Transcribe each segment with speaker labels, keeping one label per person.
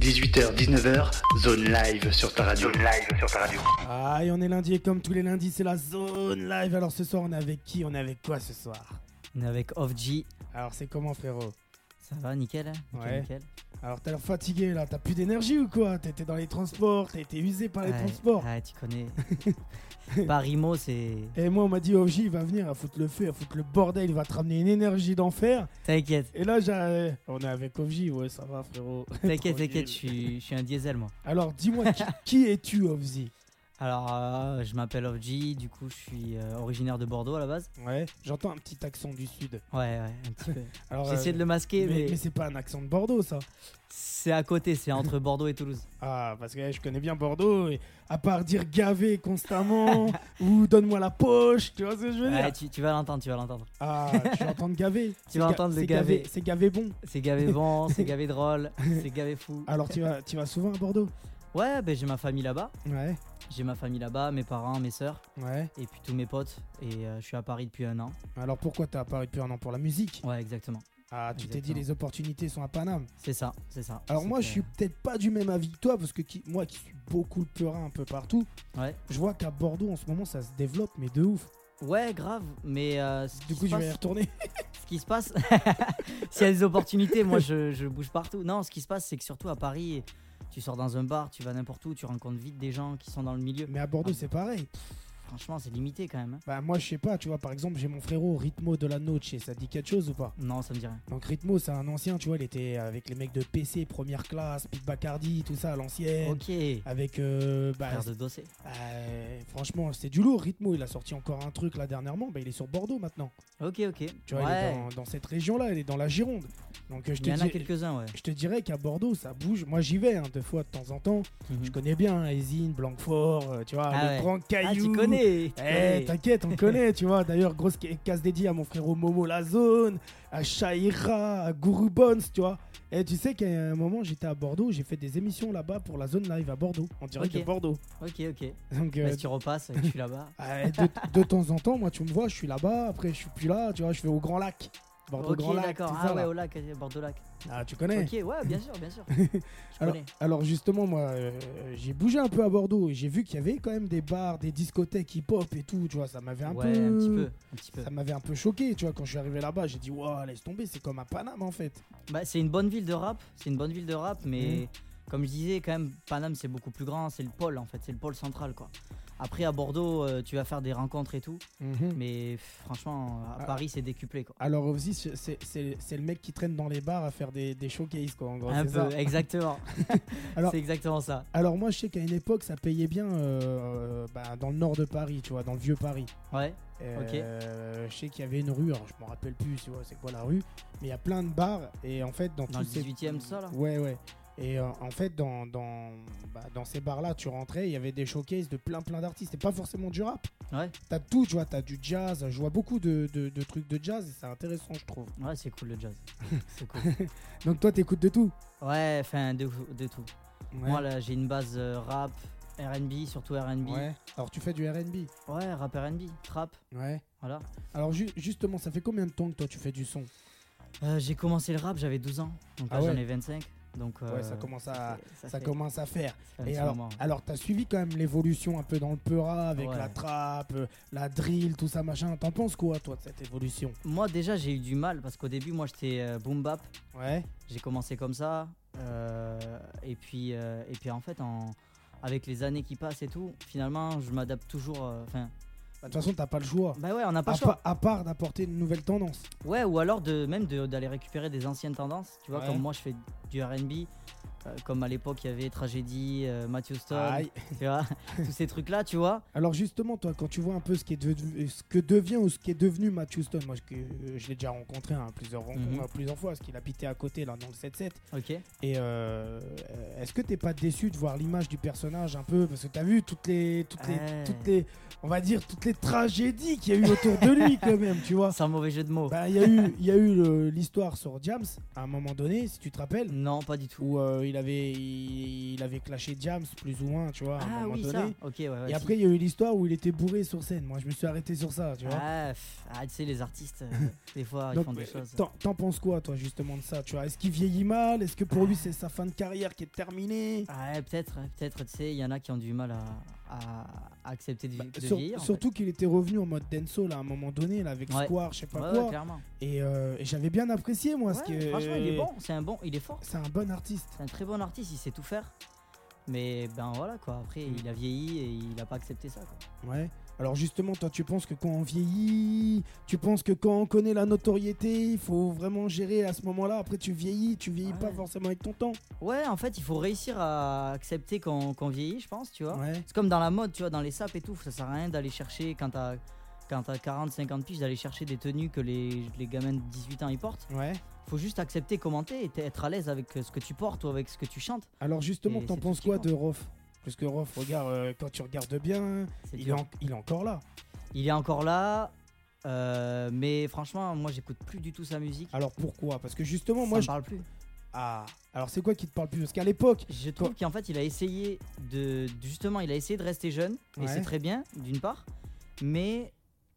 Speaker 1: 18h, 19h, zone live sur ta radio.
Speaker 2: Zone live sur ta radio.
Speaker 3: Ah, et on est lundi et comme tous les lundis, c'est la zone live. Alors ce soir, on est avec qui On est avec quoi ce soir
Speaker 4: On est avec Off-G.
Speaker 3: Alors c'est comment, frérot
Speaker 4: Ça va, nickel hein Nickel,
Speaker 3: Ouais.
Speaker 4: nickel.
Speaker 3: Alors t'as l'air fatigué là, t'as plus d'énergie ou quoi T'étais dans les transports, t'as été usé par les
Speaker 4: Ouais,
Speaker 3: transports.
Speaker 4: ouais, tu connais. Parimo, c'est.
Speaker 3: Et moi, on m'a dit, OG, il va venir, il va foutre le feu, il va foutre le bordel, il va te ramener une énergie d'enfer.
Speaker 4: T'inquiète,
Speaker 3: Et là, j'ai... on est avec OG, ouais, ça va, frérot.
Speaker 4: t'inquiète,
Speaker 3: Tranquille.
Speaker 4: t'inquiète, je suis, je suis un diesel, moi.
Speaker 3: Alors, dis-moi, qui, qui es-tu, OG
Speaker 4: Alors, euh, je m'appelle Off-G, du coup, je suis euh, originaire de Bordeaux à la base.
Speaker 3: Ouais, j'entends un petit accent du sud.
Speaker 4: Ouais, ouais, un petit peu.
Speaker 3: Alors,
Speaker 4: J'essaie
Speaker 3: euh,
Speaker 4: de le masquer,
Speaker 3: mais,
Speaker 4: mais,
Speaker 3: mais c'est pas un accent de Bordeaux, ça.
Speaker 4: c'est à côté, c'est entre Bordeaux et Toulouse.
Speaker 3: Ah, parce que eh, je connais bien Bordeaux, et à part dire gavé constamment ou donne-moi la poche, tu vois ce que je veux dire
Speaker 4: Ouais, tu, tu vas l'entendre, tu vas l'entendre.
Speaker 3: Ah, tu vas entendre gavé. C'est
Speaker 4: vas
Speaker 3: ga-
Speaker 4: entendre le
Speaker 3: c'est
Speaker 4: gavé.
Speaker 3: C'est gavé bon.
Speaker 4: C'est gavé bon, c'est gavé drôle, c'est gavé fou.
Speaker 3: Alors, tu vas, tu vas souvent à Bordeaux
Speaker 4: Ouais, ben j'ai ma famille là-bas.
Speaker 3: Ouais,
Speaker 4: J'ai ma famille là-bas, mes parents, mes sœurs,
Speaker 3: ouais.
Speaker 4: et puis tous mes potes. Et euh, je suis à Paris depuis un an.
Speaker 3: Alors, pourquoi t'es à Paris depuis un an pour la musique
Speaker 4: Ouais, exactement.
Speaker 3: Ah, tu t'es dit
Speaker 4: Exactement.
Speaker 3: les opportunités sont à Paname.
Speaker 4: C'est ça, c'est ça.
Speaker 3: Alors,
Speaker 4: C'est
Speaker 3: moi,
Speaker 4: que-
Speaker 3: je suis peut-être pas du même avis que toi, parce que qui- moi qui suis beaucoup le peurin un peu partout,
Speaker 4: Ouais.
Speaker 3: je vois qu'à Bordeaux en ce moment ça se développe, mais de ouf.
Speaker 4: Ouais, grave, mais euh, ce,
Speaker 3: Du
Speaker 4: qui
Speaker 3: coup,
Speaker 4: se
Speaker 3: je vais y
Speaker 4: passe,
Speaker 3: retourner.
Speaker 4: ce qui se passe, s'il y a des opportunités, moi je, je bouge partout. Non, ce qui se passe, c'est que surtout à Paris, tu sors dans un bar, tu vas n'importe où, tu rencontres vite des gens qui sont dans le milieu.
Speaker 3: Mais à Bordeaux, c'est pareil.
Speaker 4: Franchement, c'est limité quand même. hein.
Speaker 3: Bah moi je sais pas, tu vois par exemple j'ai mon frérot Ritmo de la Noche, ça te dit quelque chose ou pas
Speaker 4: Non, ça me dit rien.
Speaker 3: Donc Ritmo c'est un ancien, tu vois, il était avec les mecs de PC première classe, Pete Bacardi, tout ça à l'ancienne.
Speaker 4: Ok,
Speaker 3: Avec euh, bah,
Speaker 4: frère de dossier.
Speaker 3: euh, franchement c'est du lourd Ritmo, il a sorti encore un truc là dernièrement, bah il est sur Bordeaux maintenant.
Speaker 4: Ok, ok.
Speaker 3: Tu vois, il est
Speaker 4: ouais,
Speaker 3: dans, dans cette région là, il est dans la Gironde. Donc euh, je
Speaker 4: il
Speaker 3: te,
Speaker 4: y en a
Speaker 3: dis-
Speaker 4: quelques-uns, ouais.
Speaker 3: je te dirais qu'à Bordeaux ça bouge, moi j'y vais hein, deux fois de temps en temps,
Speaker 4: Mhm.
Speaker 3: je connais bien hein, Esine, Blanquefort, euh, tu vois,
Speaker 4: Ah
Speaker 3: les
Speaker 4: ouais.
Speaker 3: grands
Speaker 4: Ah, tu
Speaker 3: cailloux.
Speaker 4: connais, tu
Speaker 3: Eh,
Speaker 4: connais.
Speaker 3: t'inquiète, on connaît, tu vois. D'ailleurs, grosse ca- casse dédiée à mon frérot Momo La Zone, à Shaira, à Guru Bones, tu vois. Et tu sais qu'à un moment, j'étais à Bordeaux, j'ai fait des émissions là-bas pour la zone live à Bordeaux, en direct
Speaker 4: Ok.
Speaker 3: de Bordeaux.
Speaker 4: Ok, ok.
Speaker 3: Donc, euh,
Speaker 4: Bah, si tu repasses, je suis là-bas.
Speaker 3: euh, de, de temps en temps, moi, tu me vois, je suis là-bas, après, je suis plus là, tu vois, je vais au Grand Lac. Bordeaux
Speaker 4: ok,
Speaker 3: Grand Lac,
Speaker 4: d'accord.
Speaker 3: tout
Speaker 4: Ah
Speaker 3: ça,
Speaker 4: ouais,
Speaker 3: là.
Speaker 4: au lac, euh, Bordeaux lac.
Speaker 3: Ah, tu connais.
Speaker 4: Ok, ouais, bien sûr, bien sûr. Je connais.
Speaker 3: Alors, justement, moi, euh, j'ai bougé un peu à Bordeaux, et j'ai vu qu'il y avait quand même des bars, des discothèques hip-hop et tout, tu vois, ça m'avait un
Speaker 4: ouais,
Speaker 3: peu.
Speaker 4: un petit peu, un petit peu.
Speaker 3: Ça m'avait un peu choqué, tu vois, quand je suis arrivé là-bas, j'ai dit, waouh, laisse tomber, c'est comme à Paname en fait.
Speaker 4: Bah, c'est une bonne ville de rap, c'est une bonne ville de rap, mais comme je disais, quand même, Paname c'est beaucoup plus grand, c'est le pôle en fait, c'est le pôle central quoi. Après à Bordeaux, euh, tu vas faire des rencontres et tout, mais pff, franchement, à
Speaker 3: Ah.
Speaker 4: Paris c'est décuplé quoi.
Speaker 3: Alors, aussi, c'est- c'est c'est- c'est le mec qui traîne dans les bars à faire des, des showcases, quoi, en gros.
Speaker 4: Un
Speaker 3: c'est ça.
Speaker 4: peu, exactement.
Speaker 3: Alors-
Speaker 4: c'est exactement ça.
Speaker 3: Alors, moi, je sais qu'à une époque, ça payait bien euh, bah, dans le nord de Paris, tu vois, dans le vieux Paris.
Speaker 4: Ouais,
Speaker 3: Euh, Je sais qu'il y avait une rue, alors je m'en rappelle plus, tu vois, c'est quoi la rue, mais il y a plein de bars, et en fait, dans,
Speaker 4: Dans
Speaker 3: tous ces-
Speaker 4: le 18e, tout ça, là
Speaker 3: Ouais, ouais. Et euh, en fait, dans, dans, bah, dans ces bars-là, tu rentrais, il y avait des showcases de plein, plein d'artistes, et pas forcément du rap.
Speaker 4: ouais,
Speaker 3: T'as tout, tu vois, t'as du jazz, je vois beaucoup de, de- de trucs de jazz et c'est intéressant, je trouve.
Speaker 4: ouais, c'est cool le jazz. c'est cool.
Speaker 3: Donc toi, t'écoutes de tout
Speaker 4: Ouais, enfin de, de tout.
Speaker 3: Ouais.
Speaker 4: Moi là, j'ai une base euh, rap, RB, surtout RB. Ouais.
Speaker 3: Ouais. Alors tu fais du RB
Speaker 4: rap RB, trap,
Speaker 3: Ouais.
Speaker 4: voilà.
Speaker 3: Alors ju- justement, ça fait combien de temps que toi tu fais du son
Speaker 4: Euh, j'ai commencé le rap, j'avais 12 ans, donc là
Speaker 3: Ah ouais.
Speaker 4: j'en ai 25. Donc,
Speaker 3: Ouais, ça
Speaker 4: euh,
Speaker 3: commence
Speaker 4: ça
Speaker 3: à-
Speaker 4: fait-
Speaker 3: Ça
Speaker 4: fait-
Speaker 3: commence à faire.
Speaker 4: ça fait un
Speaker 3: Et
Speaker 4: petit
Speaker 3: alors, ah.
Speaker 4: moment.
Speaker 3: alors t'as suivi quand même l'évolution un peu dans le peura avec
Speaker 4: Ouais.
Speaker 3: la trappe, euh, la drill, tout ça machin. T'en penses quoi toi de cette évolution
Speaker 4: Moi déjà j'ai eu du mal parce qu'au début moi j'étais euh, boom bap,
Speaker 3: Ouais.
Speaker 4: j'ai commencé comme ça euh, et puis euh, et puis en fait en- avec les années qui passent et tout, finalement je m'adapte toujours. euh, Enfin
Speaker 3: Bah, De toute façon, t'as pas le choix.
Speaker 4: bah ouais on n'a pas
Speaker 3: À,
Speaker 4: le choix.
Speaker 3: pa- à part d'apporter une nouvelle tendance.
Speaker 4: Ouais ou alors de même de- d'aller récupérer des anciennes tendances. Tu vois
Speaker 3: Ouais.
Speaker 4: comme moi je fais du R&B. euh, comme à l'époque, il y avait Tragédie, euh, Matthew Stone,
Speaker 3: Aïe.
Speaker 4: tu vois, tous ces trucs-là, tu vois.
Speaker 3: Alors justement, toi, quand tu vois un peu ce, qui est devenu- ce que devient ou ce qui est devenu Matt Houston, moi je, que- euh, je l'ai déjà rencontré hein, plusieurs, rencontres,
Speaker 4: Mhm.
Speaker 3: euh, plusieurs fois, parce qu'il habitait à côté là dans le 7-7.
Speaker 4: Ok.
Speaker 3: Et euh, euh, est-ce que t'es pas déçu de voir l'image du personnage un peu Parce que t'as vu toutes les, toutes les,
Speaker 4: Ouais.
Speaker 3: toutes les, on va dire toutes les tragédies qu'il y a eu autour de lui quand même, tu vois.
Speaker 4: Sans mauvais jeu de mots.
Speaker 3: Bah, il y a eu, il y a eu le- l'histoire sur James à un moment donné, si tu te rappelles,
Speaker 4: Non, pas du tout.
Speaker 3: où euh, il avait, il, il avait clashé Jams, plus ou moins, tu vois, à un
Speaker 4: Ah
Speaker 3: moment
Speaker 4: oui,
Speaker 3: donné.
Speaker 4: ça. Ok, ouais, ouais,
Speaker 3: Et
Speaker 4: si.
Speaker 3: après, il y a eu l'histoire où il était bourré sur scène. Moi, je me suis arrêté sur ça, tu vois.
Speaker 4: Ah, pff, ah, tu sais, les artistes, euh, des fois, ils
Speaker 3: Donc,
Speaker 4: font des
Speaker 3: euh,
Speaker 4: choses.
Speaker 3: t'en- T'en penses quoi, toi, justement, de ça Tu vois, est-ce qu'il vieillit mal Est-ce que pour lui, c'est sa fin de carrière qui est terminée
Speaker 4: Ah Ouais, peut-être, peut-être, tu sais, il y en a qui ont du mal à, à- à accepter de,
Speaker 3: Bah,
Speaker 4: de
Speaker 3: sur-
Speaker 4: vieillir. en
Speaker 3: Surtout qu'il était revenu en mode dancehall à un moment donné, là, avec
Speaker 4: Ouais.
Speaker 3: Square, je sais
Speaker 4: fait.
Speaker 3: pas
Speaker 4: Ouais, ouais,
Speaker 3: quoi.
Speaker 4: clairement.
Speaker 3: et euh, et j'avais bien apprécié, moi, ce
Speaker 4: Ouais,
Speaker 3: que.
Speaker 4: Franchement, il est bon, c'est un bon, il est fort.
Speaker 3: C'est un bon artiste.
Speaker 4: C'est un très bon artiste, il sait tout faire. Mais ben voilà quoi, après
Speaker 3: Mm.
Speaker 4: il a vieilli et il a pas accepté ça quoi.
Speaker 3: Ouais. Alors justement, toi, tu penses que quand on vieillit, tu penses que quand on connaît la notoriété, il faut vraiment gérer à ce moment-là. Après, tu vieillis, tu vieillis pas
Speaker 4: Ouais.
Speaker 3: forcément avec ton temps.
Speaker 4: Ouais, en fait, il faut réussir à accepter qu'on qu'on vieillit, je pense, tu vois.
Speaker 3: Ouais.
Speaker 4: C'est comme dans la mode, tu vois, dans les sapes et tout, ça sert à rien d'aller chercher quand t'as quand t'as 40, 50 piges, d'aller chercher des tenues que les, les gamins de 18 ans ils portent.
Speaker 3: Ouais.
Speaker 4: Faut juste accepter, commenter et t- être à l'aise avec euh, ce que tu portes ou avec ce que tu chantes.
Speaker 3: Alors justement,
Speaker 4: Et
Speaker 3: t'en
Speaker 4: c'est
Speaker 3: penses
Speaker 4: tout
Speaker 3: quoi
Speaker 4: qui
Speaker 3: de Rof Parce que Rof, regarde, euh, quand tu regardes bien,
Speaker 4: C'est
Speaker 3: il est,
Speaker 4: dur.
Speaker 3: en- il est encore là.
Speaker 4: Il est encore là, euh, mais franchement, moi j'écoute plus du tout sa musique.
Speaker 3: Alors pourquoi Parce que justement,
Speaker 4: ça
Speaker 3: moi,
Speaker 4: me
Speaker 3: je...
Speaker 4: parle plus.
Speaker 3: ah, alors c'est quoi qui te parle plus Parce qu'à l'époque,
Speaker 4: Je trouve
Speaker 3: Quoi
Speaker 4: qu'en fait, il a essayé de. Justement, il a essayé de rester jeune,
Speaker 3: Ouais.
Speaker 4: et c'est très bien, d'une part, mais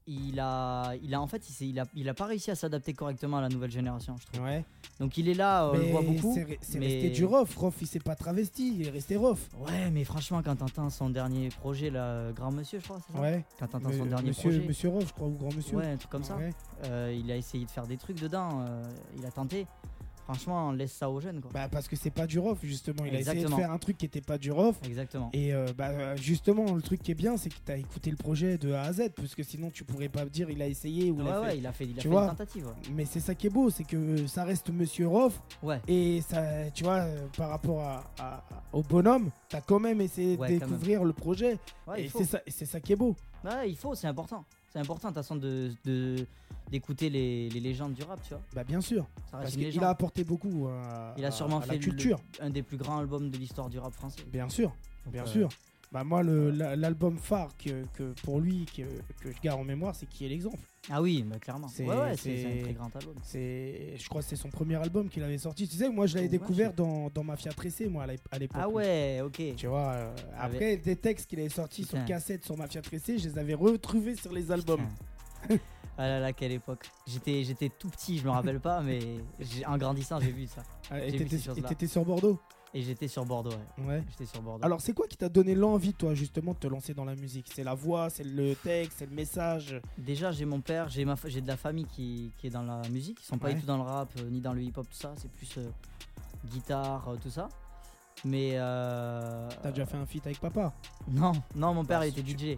Speaker 4: il a, il a en fait, il, s'est- il, a, il a pas réussi à s'adapter correctement à la nouvelle génération, je trouve.
Speaker 3: ouais,
Speaker 4: Donc il est là, on le voit
Speaker 3: mais
Speaker 4: beaucoup.
Speaker 3: c'est re- c'est
Speaker 4: mais-
Speaker 3: resté du Rof. Rof, il s'est pas travesti, il est resté Rof.
Speaker 4: Ouais, mais franchement, quand t'entends son dernier projet, là, euh, Grand Monsieur, je crois, c'est ça
Speaker 3: Ouais.
Speaker 4: Quand t'entends
Speaker 3: Mais-
Speaker 4: son dernier
Speaker 3: monsieur,
Speaker 4: projet.
Speaker 3: monsieur Rof, je crois, ou grand monsieur.
Speaker 4: Ouais, un truc comme ça.
Speaker 3: Ouais.
Speaker 4: Euh, il a essayé de faire des trucs dedans, euh, il a tenté. Franchement, on laisse ça aux jeunes, quoi.
Speaker 3: Bah parce que c'est pas du rof justement, il a essayé
Speaker 4: Exactement.
Speaker 3: de faire un truc qui était pas du rof.
Speaker 4: Exactement.
Speaker 3: Et euh, bah euh, justement le truc qui est bien c'est que t'as écouté le projet de A à Z parce que sinon tu pourrais pas dire il a essayé ou il
Speaker 4: ouais,
Speaker 3: a
Speaker 4: ouais,
Speaker 3: fait.
Speaker 4: il a fait, il a
Speaker 3: Tu
Speaker 4: fait
Speaker 3: vois
Speaker 4: une tentative. ouais.
Speaker 3: Mais c'est ça qui est beau, c'est que euh, ça reste Monsieur Rof
Speaker 4: Ouais.
Speaker 3: et ça tu vois euh, par rapport à, à- au bonhomme, t'as quand même essayé
Speaker 4: Ouais,
Speaker 3: de
Speaker 4: quand même.
Speaker 3: découvrir le projet
Speaker 4: Ouais, il
Speaker 3: et
Speaker 4: faut.
Speaker 3: c'est ça, et c'est ça qui est beau.
Speaker 4: Ouais, il faut, c'est important. C'est important, de toute façon, de- de- d'écouter les, les légendes du rap, tu vois.
Speaker 3: Bah bien sûr,
Speaker 4: Ça
Speaker 3: parce
Speaker 4: reste Ah, une
Speaker 3: qu'il
Speaker 4: légende.
Speaker 3: a apporté beaucoup à,
Speaker 4: Il a
Speaker 3: à-
Speaker 4: sûrement
Speaker 3: à
Speaker 4: fait
Speaker 3: la
Speaker 4: le-
Speaker 3: culture.
Speaker 4: un des plus grands albums de l'histoire du rap français.
Speaker 3: Bien sûr.
Speaker 4: Donc,
Speaker 3: Bien
Speaker 4: euh,
Speaker 3: sûr. Bah moi le- la- l'album phare que, que pour lui que, que je garde en mémoire c'est qui est l'exemple.
Speaker 4: Ah oui, bah, clairement.
Speaker 3: C'est-
Speaker 4: Ouais, ouais, c'est c'est
Speaker 3: c'est-
Speaker 4: un très grand album.
Speaker 3: C'est je crois que c'est son premier album qu'il avait sorti. Tu sais moi je l'avais
Speaker 4: Oh,
Speaker 3: découvert dans, dans Mafia Tressé moi à l'ép- à l'époque.
Speaker 4: Ah ouais, ok.
Speaker 3: Tu vois euh,
Speaker 4: Avec-
Speaker 3: après des textes qu'il avait sortis sur
Speaker 4: Putain.
Speaker 3: cassette sur Mafia Tressé, je les avais retrouvés sur les albums.
Speaker 4: Putain. ah là là, quelle époque. J'étais j'étais tout petit, je me rappelle pas, mais j'ai- en grandissant, j'ai vu ça.
Speaker 3: Ah,
Speaker 4: j'ai
Speaker 3: Et
Speaker 4: vu
Speaker 3: t'étais-
Speaker 4: ces
Speaker 3: et
Speaker 4: choses-là.
Speaker 3: t'étais sur Bordeaux.
Speaker 4: Et j'étais sur Bordeaux, ouais.
Speaker 3: Ouais.
Speaker 4: J'étais sur Bordeaux.
Speaker 3: Alors c'est quoi qui t'a donné l'envie toi justement de te lancer dans la musique C'est la voix, c'est le texte, c'est le message.
Speaker 4: Déjà, j'ai mon père, j'ai ma fa- j'ai de la famille qui, qui est dans la musique. Ils sont pas
Speaker 3: Ouais.
Speaker 4: du tout dans le rap, euh, ni dans le hip-hop, tout ça. C'est plus euh, guitare, euh, tout ça. Mais. Euh,
Speaker 3: T'as déjà fait un feat avec papa
Speaker 4: Non, non, mon père
Speaker 3: Bah,
Speaker 4: il était
Speaker 3: si
Speaker 4: DJ. Il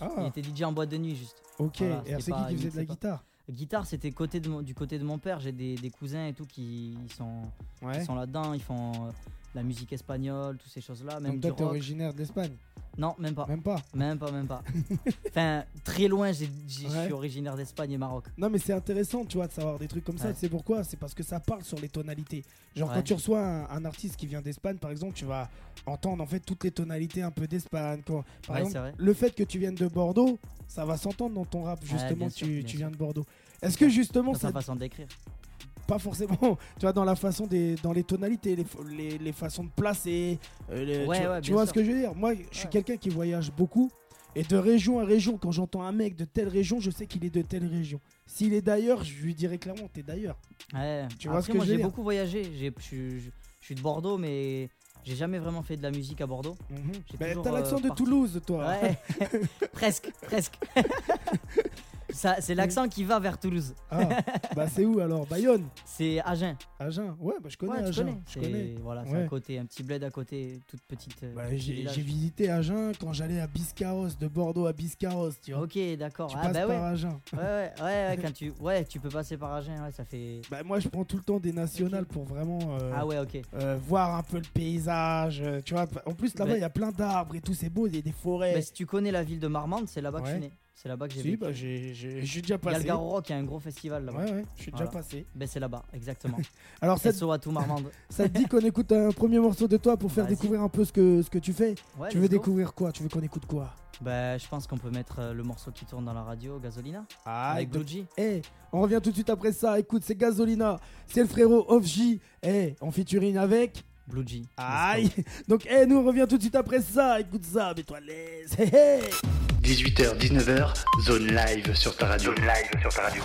Speaker 3: Ah
Speaker 4: était DJ en boîte de nuit, juste.
Speaker 3: ok. Et
Speaker 4: voilà,
Speaker 3: alors,
Speaker 4: c'était
Speaker 3: c'est qui
Speaker 4: pas-
Speaker 3: qui faisait
Speaker 4: il
Speaker 3: de la
Speaker 4: mixait pas.
Speaker 3: guitare
Speaker 4: Guitare, c'était côté de mon- du côté de mon père. J'ai des, des cousins et tout qui ils sont,
Speaker 3: Ouais.
Speaker 4: ils sont là-dedans. Ils font euh, la musique espagnole, toutes ces choses-là. Même
Speaker 3: Donc
Speaker 4: du
Speaker 3: toi t'es
Speaker 4: rock. Ah.
Speaker 3: originaire de l'Espagne
Speaker 4: Non, même pas.
Speaker 3: Même pas.
Speaker 4: Même pas, même pas. enfin, très loin, j'ai- j'ai- je
Speaker 3: Ouais.
Speaker 4: suis originaire d'Espagne et Maroc.
Speaker 3: Non, mais c'est intéressant, tu vois, de savoir des trucs comme ça.
Speaker 4: Ouais.
Speaker 3: Tu sais pourquoi C'est parce que ça parle sur les tonalités. Genre, quand
Speaker 4: Ouais.
Speaker 3: tu reçois un, un artiste qui vient d'Espagne, par exemple, tu vas entendre en fait toutes les tonalités un peu d'Espagne. quoi. Par
Speaker 4: Ouais, c'est
Speaker 3: exemple,
Speaker 4: vrai.
Speaker 3: le fait que tu viennes de Bordeaux, ça va s'entendre dans ton rap, justement,
Speaker 4: bien
Speaker 3: tu,
Speaker 4: sûr, bien
Speaker 3: tu
Speaker 4: sûr.
Speaker 3: viens de Bordeaux. Est-ce que justement,
Speaker 4: Dans sa
Speaker 3: ça,
Speaker 4: façon d'écrire.
Speaker 3: pas forcément, tu vois, dans la façon des, dans les tonalités, les, fo- les, les façons de placer, euh, les-
Speaker 4: Ouais,
Speaker 3: tu, vois-
Speaker 4: ouais,
Speaker 3: tu
Speaker 4: bien
Speaker 3: vois
Speaker 4: sûr.
Speaker 3: ce que je veux dire Moi, je suis
Speaker 4: Ouais.
Speaker 3: quelqu'un qui voyage beaucoup et de région à région, quand j'entends un mec de telle région, je sais qu'il est de telle région. S'il est d'ailleurs, je lui dirais clairement, t'es d'ailleurs.
Speaker 4: Ouais.
Speaker 3: Tu
Speaker 4: Après,
Speaker 3: vois ce que
Speaker 4: moi,
Speaker 3: je veux
Speaker 4: j'ai
Speaker 3: dire
Speaker 4: beaucoup voyagé. J'ai- Je suis- je- je suis de Bordeaux, mais j'ai jamais vraiment fait de la musique à Bordeaux. J'ai
Speaker 3: Ben,
Speaker 4: toujours,
Speaker 3: T'as l'accent
Speaker 4: euh,
Speaker 3: de
Speaker 4: parti.
Speaker 3: Toulouse, toi.
Speaker 4: Ouais, presque, presque. Ça, c'est l'accent qui va vers Toulouse.
Speaker 3: Ah, bah c'est où alors Bayonne,
Speaker 4: C'est Agen.
Speaker 3: Agen. Ouais, bah je connais
Speaker 4: Ouais, tu
Speaker 3: Agen.
Speaker 4: connais.
Speaker 3: Je
Speaker 4: C'est-
Speaker 3: connais.
Speaker 4: Voilà, c'est
Speaker 3: Ouais.
Speaker 4: à côté, un petit bled à côté, toute petite. euh,
Speaker 3: Bah,
Speaker 4: petit
Speaker 3: j'ai
Speaker 4: village.
Speaker 3: j'ai visité Agen quand j'allais à Biscarros, de Bordeaux à Biscarros, tu vois.
Speaker 4: Ok, d'accord.
Speaker 3: Tu
Speaker 4: Ah
Speaker 3: passes
Speaker 4: bah ouais.
Speaker 3: par Agen.
Speaker 4: Ouais, ouais, ouais, ouais, quand tu, ouais, tu peux passer par Agen. Ouais, ça fait.
Speaker 3: Bah, moi, je prends tout le temps des nationales
Speaker 4: Ok.
Speaker 3: pour vraiment. euh,
Speaker 4: Ah ouais, ok.
Speaker 3: euh, voir un peu le paysage, euh, tu vois. En plus, là-bas, il
Speaker 4: Ouais.
Speaker 3: y a plein d'arbres et tout, c'est beau, il y a des forêts.
Speaker 4: Bah, si tu connais la ville de Marmande, c'est là-bas que je suis
Speaker 3: Ouais.
Speaker 4: né. C'est là-bas que j'ai
Speaker 3: Si,
Speaker 4: vécu.
Speaker 3: bah, j'ai- j'ai- je suis déjà
Speaker 4: Il y a
Speaker 3: passé.
Speaker 4: le Garo Rock, il y a un gros festival là-bas.
Speaker 3: Ouais, ouais, je suis déjà
Speaker 4: Voilà.
Speaker 3: passé.
Speaker 4: Ben, c'est là-bas, exactement.
Speaker 3: Alors, ça, te-
Speaker 4: SO à tout Marmande.
Speaker 3: ça te dit qu'on écoute un premier morceau de toi pour faire
Speaker 4: Vas-y.
Speaker 3: découvrir un peu ce que, ce que tu fais
Speaker 4: Ouais,
Speaker 3: Tu veux
Speaker 4: let's go.
Speaker 3: découvrir quoi Tu veux qu'on écoute quoi
Speaker 4: Ben, je pense qu'on peut mettre euh, le morceau qui tourne dans la radio, Gasolina,
Speaker 3: Ah,
Speaker 4: avec
Speaker 3: écoute,
Speaker 4: Blue G.
Speaker 3: eh, on revient tout de suite après ça. Écoute, c'est Gasolina, c'est le frérot Off J, eh, en featuring avec
Speaker 4: Blue G.
Speaker 3: Aïe Donc, eh, nous, on revient tout de suite après ça. Écoute ça, mets-toi à l'aise. Hé, hé.
Speaker 2: 18h, 19h, zone live sur ta radio. live sur ta radio.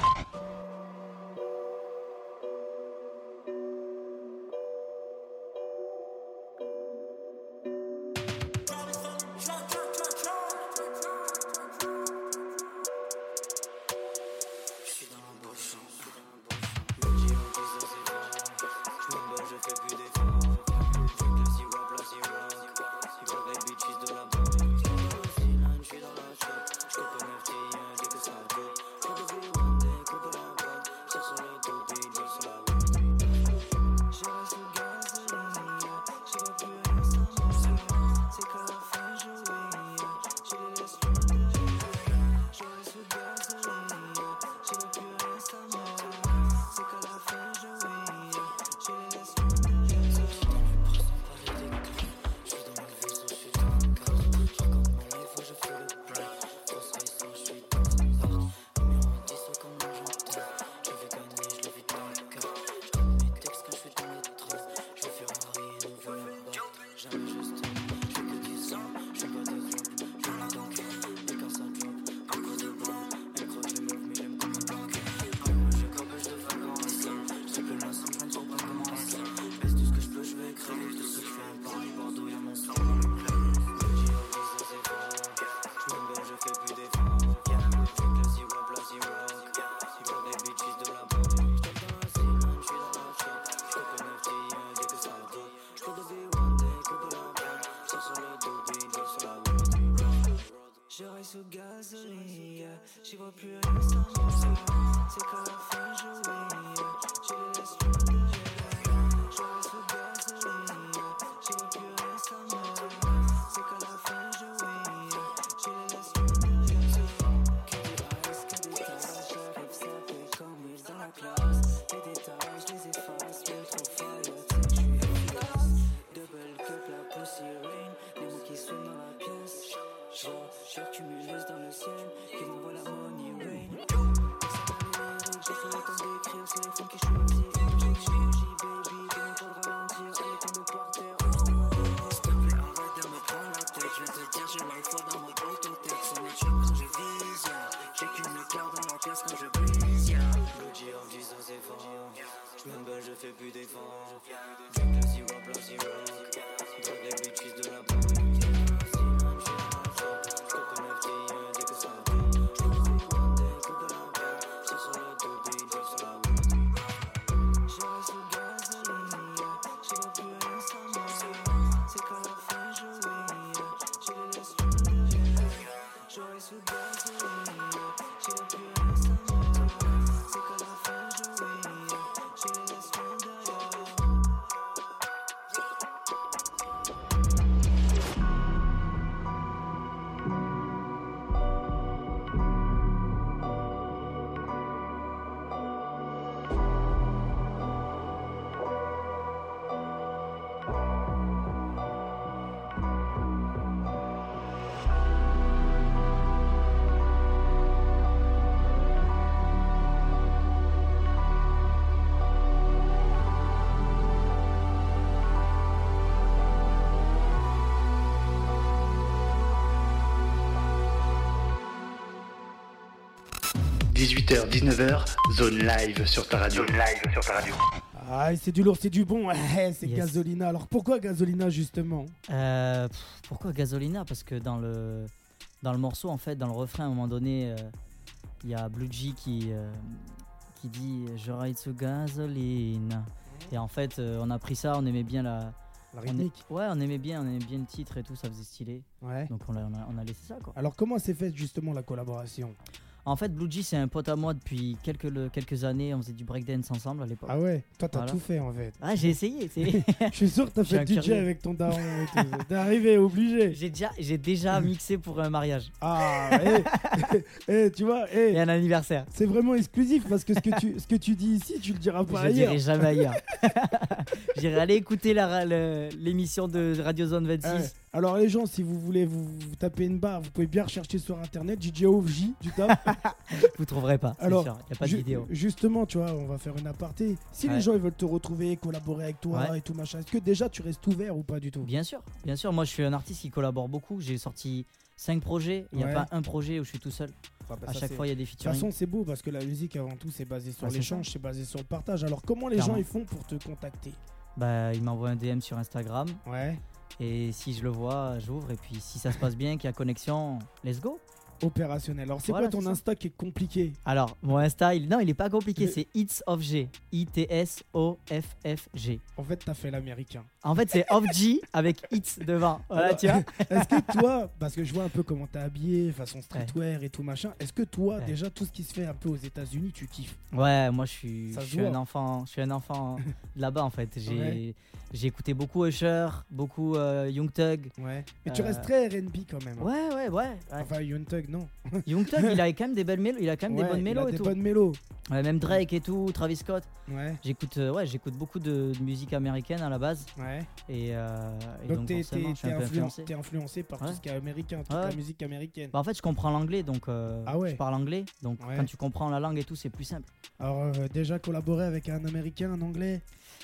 Speaker 2: ah, h 19h, zone live sur ta radio. live sur ta radio.
Speaker 3: Aïe, Ah, c'est du lourd, c'est du bon. Eh, c'est
Speaker 4: Yes.
Speaker 3: Gasolina. Alors, pourquoi Gasolina, justement
Speaker 4: Euh, pff, pourquoi Gasolina Parce que dans le, dans le morceau, en fait, dans le refrain, à un moment donné, euh, il y a Blue G qui, euh, qui dit « Je ride sous gasoline ». Et en fait, euh, on a pris ça, on aimait bien la...
Speaker 3: La
Speaker 4: on est- ouais, on aimait bien, on aimait bien le titre et tout, ça faisait stylé.
Speaker 3: Ouais.
Speaker 4: Donc on a, on a, on a laissé ça, quoi.
Speaker 3: Alors, comment s'est faite, justement, la collaboration
Speaker 4: En fait, Blue G, c'est un pote à moi depuis quelques, le- quelques années. On faisait du breakdance ensemble à l'époque.
Speaker 3: Ah ouais Toi, t'as
Speaker 4: Voilà.
Speaker 3: tout fait, en fait.
Speaker 4: Ah, j'ai essayé. c'est-
Speaker 3: Je suis sûr que t'as
Speaker 4: Je suis
Speaker 3: fait
Speaker 4: un
Speaker 3: DJ
Speaker 4: curieux.
Speaker 3: avec ton daron et tout. T'es arrivé, obligé.
Speaker 4: j'ai déjà, j'ai déjà mixé pour un mariage
Speaker 3: Ah, eh, eh, tu vois, eh,
Speaker 4: et un anniversaire.
Speaker 3: c'est vraiment exclusif parce que ce que tu, ce que tu dis ici, tu le diras pas
Speaker 4: je le
Speaker 3: ailleurs.
Speaker 4: dirai jamais ailleurs. J'irai aller écouter la ra- le- l'émission de Radio Zone 26.
Speaker 3: Ouais. Eh. Alors les gens, si vous voulez vous, vous taper une barre, vous pouvez bien rechercher sur internet DJ OVJ du taf.
Speaker 4: Vous trouverez pas, c'est
Speaker 3: Alors,
Speaker 4: sûr. Il n'y a pas de
Speaker 3: Ju-
Speaker 4: vidéo.
Speaker 3: Justement, tu vois, on va faire une aparté. Si
Speaker 4: Ouais.
Speaker 3: les gens ils veulent te retrouver, collaborer avec toi
Speaker 4: Ouais.
Speaker 3: et tout machin, est-ce que déjà tu restes ouvert ou pas du tout
Speaker 4: Bien sûr, bien sûr. Moi, je suis un artiste qui collabore beaucoup. J'ai sorti 5 projets. Il n'y a
Speaker 3: Ouais.
Speaker 4: pas un projet où je suis tout seul.
Speaker 3: Enfin, bah,
Speaker 4: à
Speaker 3: ça,
Speaker 4: chaque
Speaker 3: c'est-
Speaker 4: fois, il y a des
Speaker 3: De toute
Speaker 4: featuring.
Speaker 3: façon, c'est beau parce que la musique avant tout c'est basé sur
Speaker 4: Ah, c'est
Speaker 3: l'échange, c'est basé sur le partage. Alors comment les
Speaker 4: Clairement.
Speaker 3: gens ils font pour te contacter
Speaker 4: Bah, il m'envoie un DM sur Instagram.
Speaker 3: Ouais.
Speaker 4: Et si je le vois, j'ouvre. Et puis, si ça se passe bien, qu'il y a connexion, let's go.
Speaker 3: Opérationnel. Alors c'est
Speaker 4: Voilà,
Speaker 3: quoi ton
Speaker 4: c'est ça.
Speaker 3: Insta qui est compliqué
Speaker 4: Alors, mon Insta, il... non, il est pas compliqué.
Speaker 3: Le-
Speaker 4: C'est It's of G. I-T-S-O-F-F-G.
Speaker 3: En fait, t'as fait l'américain.
Speaker 4: En fait, c'est of G avec It's devant. Voilà,
Speaker 3: Alors,
Speaker 4: tu vois.
Speaker 3: Est-ce que toi, parce que je vois un peu comment t'es habillé, façon streetwear et tout machin, est-ce que toi
Speaker 4: Ouais.
Speaker 3: déjà tout ce qui se fait un peu aux États-Unis, tu kiffes
Speaker 4: Ouais, moi je suis,
Speaker 3: Ça
Speaker 4: je
Speaker 3: se
Speaker 4: suis un
Speaker 3: voit.
Speaker 4: enfant, je suis un enfant de là-bas en fait. J'ai
Speaker 3: Ouais.
Speaker 4: j'ai écouté beaucoup Usher, beaucoup euh, Young Thug.
Speaker 3: Ouais. Mais tu
Speaker 4: Euh,
Speaker 3: restes très R&B quand même. hein.
Speaker 4: Ouais, ouais, ouais. ouais.
Speaker 3: Enfin, Young Thug, non.
Speaker 4: Young Thug, il a quand même des belles mélos, il a quand même
Speaker 3: Ouais,
Speaker 4: des bonnes
Speaker 3: il a
Speaker 4: mélos et
Speaker 3: des
Speaker 4: tout.
Speaker 3: bonnes mélos.
Speaker 4: Ouais, même Drake et tout, Travis Scott.
Speaker 3: Ouais,
Speaker 4: J'écoute, euh, ouais, j'écoute beaucoup de, de musique américaine à la base
Speaker 3: ouais.
Speaker 4: et, euh, et
Speaker 3: Donc,
Speaker 4: donc,
Speaker 3: t'es t'es-
Speaker 4: forcément, je suis
Speaker 3: t'es
Speaker 4: un peu
Speaker 3: influen-
Speaker 4: influencé.
Speaker 3: t'es influencé par tout
Speaker 4: Ouais.
Speaker 3: ce qui est américain, toute
Speaker 4: Ouais.
Speaker 3: la musique américaine.
Speaker 4: Bah, en fait, je comprends l'anglais, donc euh,
Speaker 3: Ah ouais.
Speaker 4: je parle anglais. Donc
Speaker 3: Ouais.
Speaker 4: quand tu comprends la langue et tout, c'est plus simple.
Speaker 3: Alors euh, déjà collaborer avec un américain, un anglais,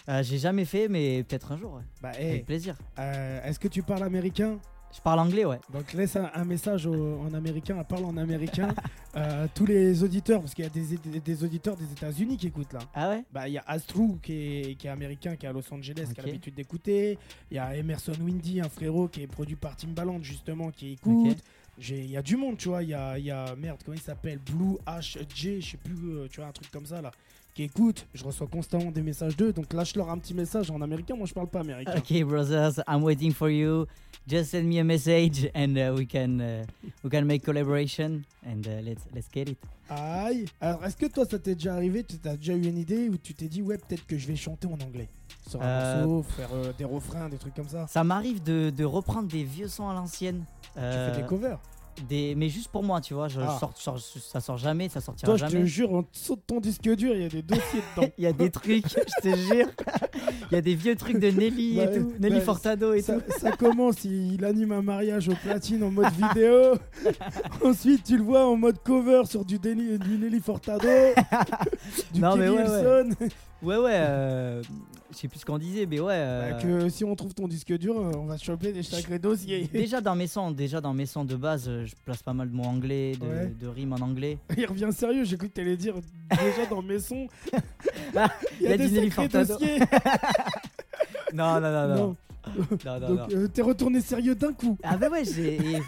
Speaker 4: Euh, J'ai jamais fait, mais peut-être un jour. ouais.
Speaker 3: bah
Speaker 4: Avec
Speaker 3: hey,
Speaker 4: plaisir.
Speaker 3: euh, est-ce que tu parles américain
Speaker 4: Je parle anglais, ouais.
Speaker 3: Donc laisse un, un message au- en américain, parle en américain euh, à tous les auditeurs, parce qu'il y a des, des- des auditeurs des États-Unis qui écoutent là.
Speaker 4: Ah ouais.
Speaker 3: Bah, il y a Astru qui est, qui est américain, qui est à Los Angeles, qui a
Speaker 4: Ok.
Speaker 3: l'habitude d'écouter. Il y a Emerson Windy, un frérot qui est produit par Timbaland, justement, qui écoute.
Speaker 4: Ok.
Speaker 3: J'ai- Il y a du monde, tu vois. Il y a, il y a- merde, comment il s'appelle Blue HJ, je sais plus, euh, tu vois, un truc comme ça là, qui écoute. Je reçois constamment des messages d'eux, donc lâche-leur un petit message en américain. Moi, je parle pas américain.
Speaker 4: Okay, brothers, I'm waiting for you. Just send me a message, and uh, we can uh, we can make collaboration, and uh, let's let's get it.
Speaker 3: Aïe Alors, est-ce que toi, ça t'est déjà arrivé Tu as déjà eu une idée où tu t'es dit, ouais, peut-être que je vais chanter en anglais Sur un
Speaker 4: Euh,
Speaker 3: morceau, faire euh, des refrains, des trucs comme ça.
Speaker 4: Ça m'arrive de, de reprendre des vieux sons à l'ancienne. euh,
Speaker 3: Tu fais des covers
Speaker 4: des- mais juste pour moi, tu vois. Je, je
Speaker 3: Ah.
Speaker 4: sors- je sors- ça sort jamais, ça sortira
Speaker 3: Toi, je te
Speaker 4: jamais.
Speaker 3: jure, en dessous de ton disque dur, il y a des dossiers dedans.
Speaker 4: Il y a des trucs, je te jure. Il y a des vieux trucs de Nelly
Speaker 3: Bah,
Speaker 4: et tout, Nelly
Speaker 3: bah,
Speaker 4: Fortado et
Speaker 3: Ça,
Speaker 4: tout.
Speaker 3: ça commence, il anime un mariage au platine en mode vidéo. Ensuite, tu le vois en mode cover sur du, Deni- du Nelly Fortado, du
Speaker 4: Non, mais
Speaker 3: Kenny
Speaker 4: ouais, ouais.
Speaker 3: Wilson.
Speaker 4: Ouais, ouais. euh, je sais plus ce qu'on disait, mais ouais.
Speaker 3: Bah,
Speaker 4: euh,
Speaker 3: que si on trouve ton disque dur, euh, on va choper des sacrés dossiers.
Speaker 4: Déjà dans mes sons, déjà dans mes sons de base, euh, je place pas mal de mots anglais, de,
Speaker 3: Ouais.
Speaker 4: de rimes en anglais.
Speaker 3: Il revient sérieux, j'ai cru que t'allais dire déjà dans mes sons. Il y a,
Speaker 4: Il y a
Speaker 3: des
Speaker 4: du Nelly
Speaker 3: sacrés
Speaker 4: Furtado.
Speaker 3: dossiers.
Speaker 4: Non, non, non, non.
Speaker 3: Non.
Speaker 4: Non, non,
Speaker 3: Donc,
Speaker 4: non.
Speaker 3: euh, t'es retourné sérieux d'un coup.
Speaker 4: Ah bah ouais, j'ai-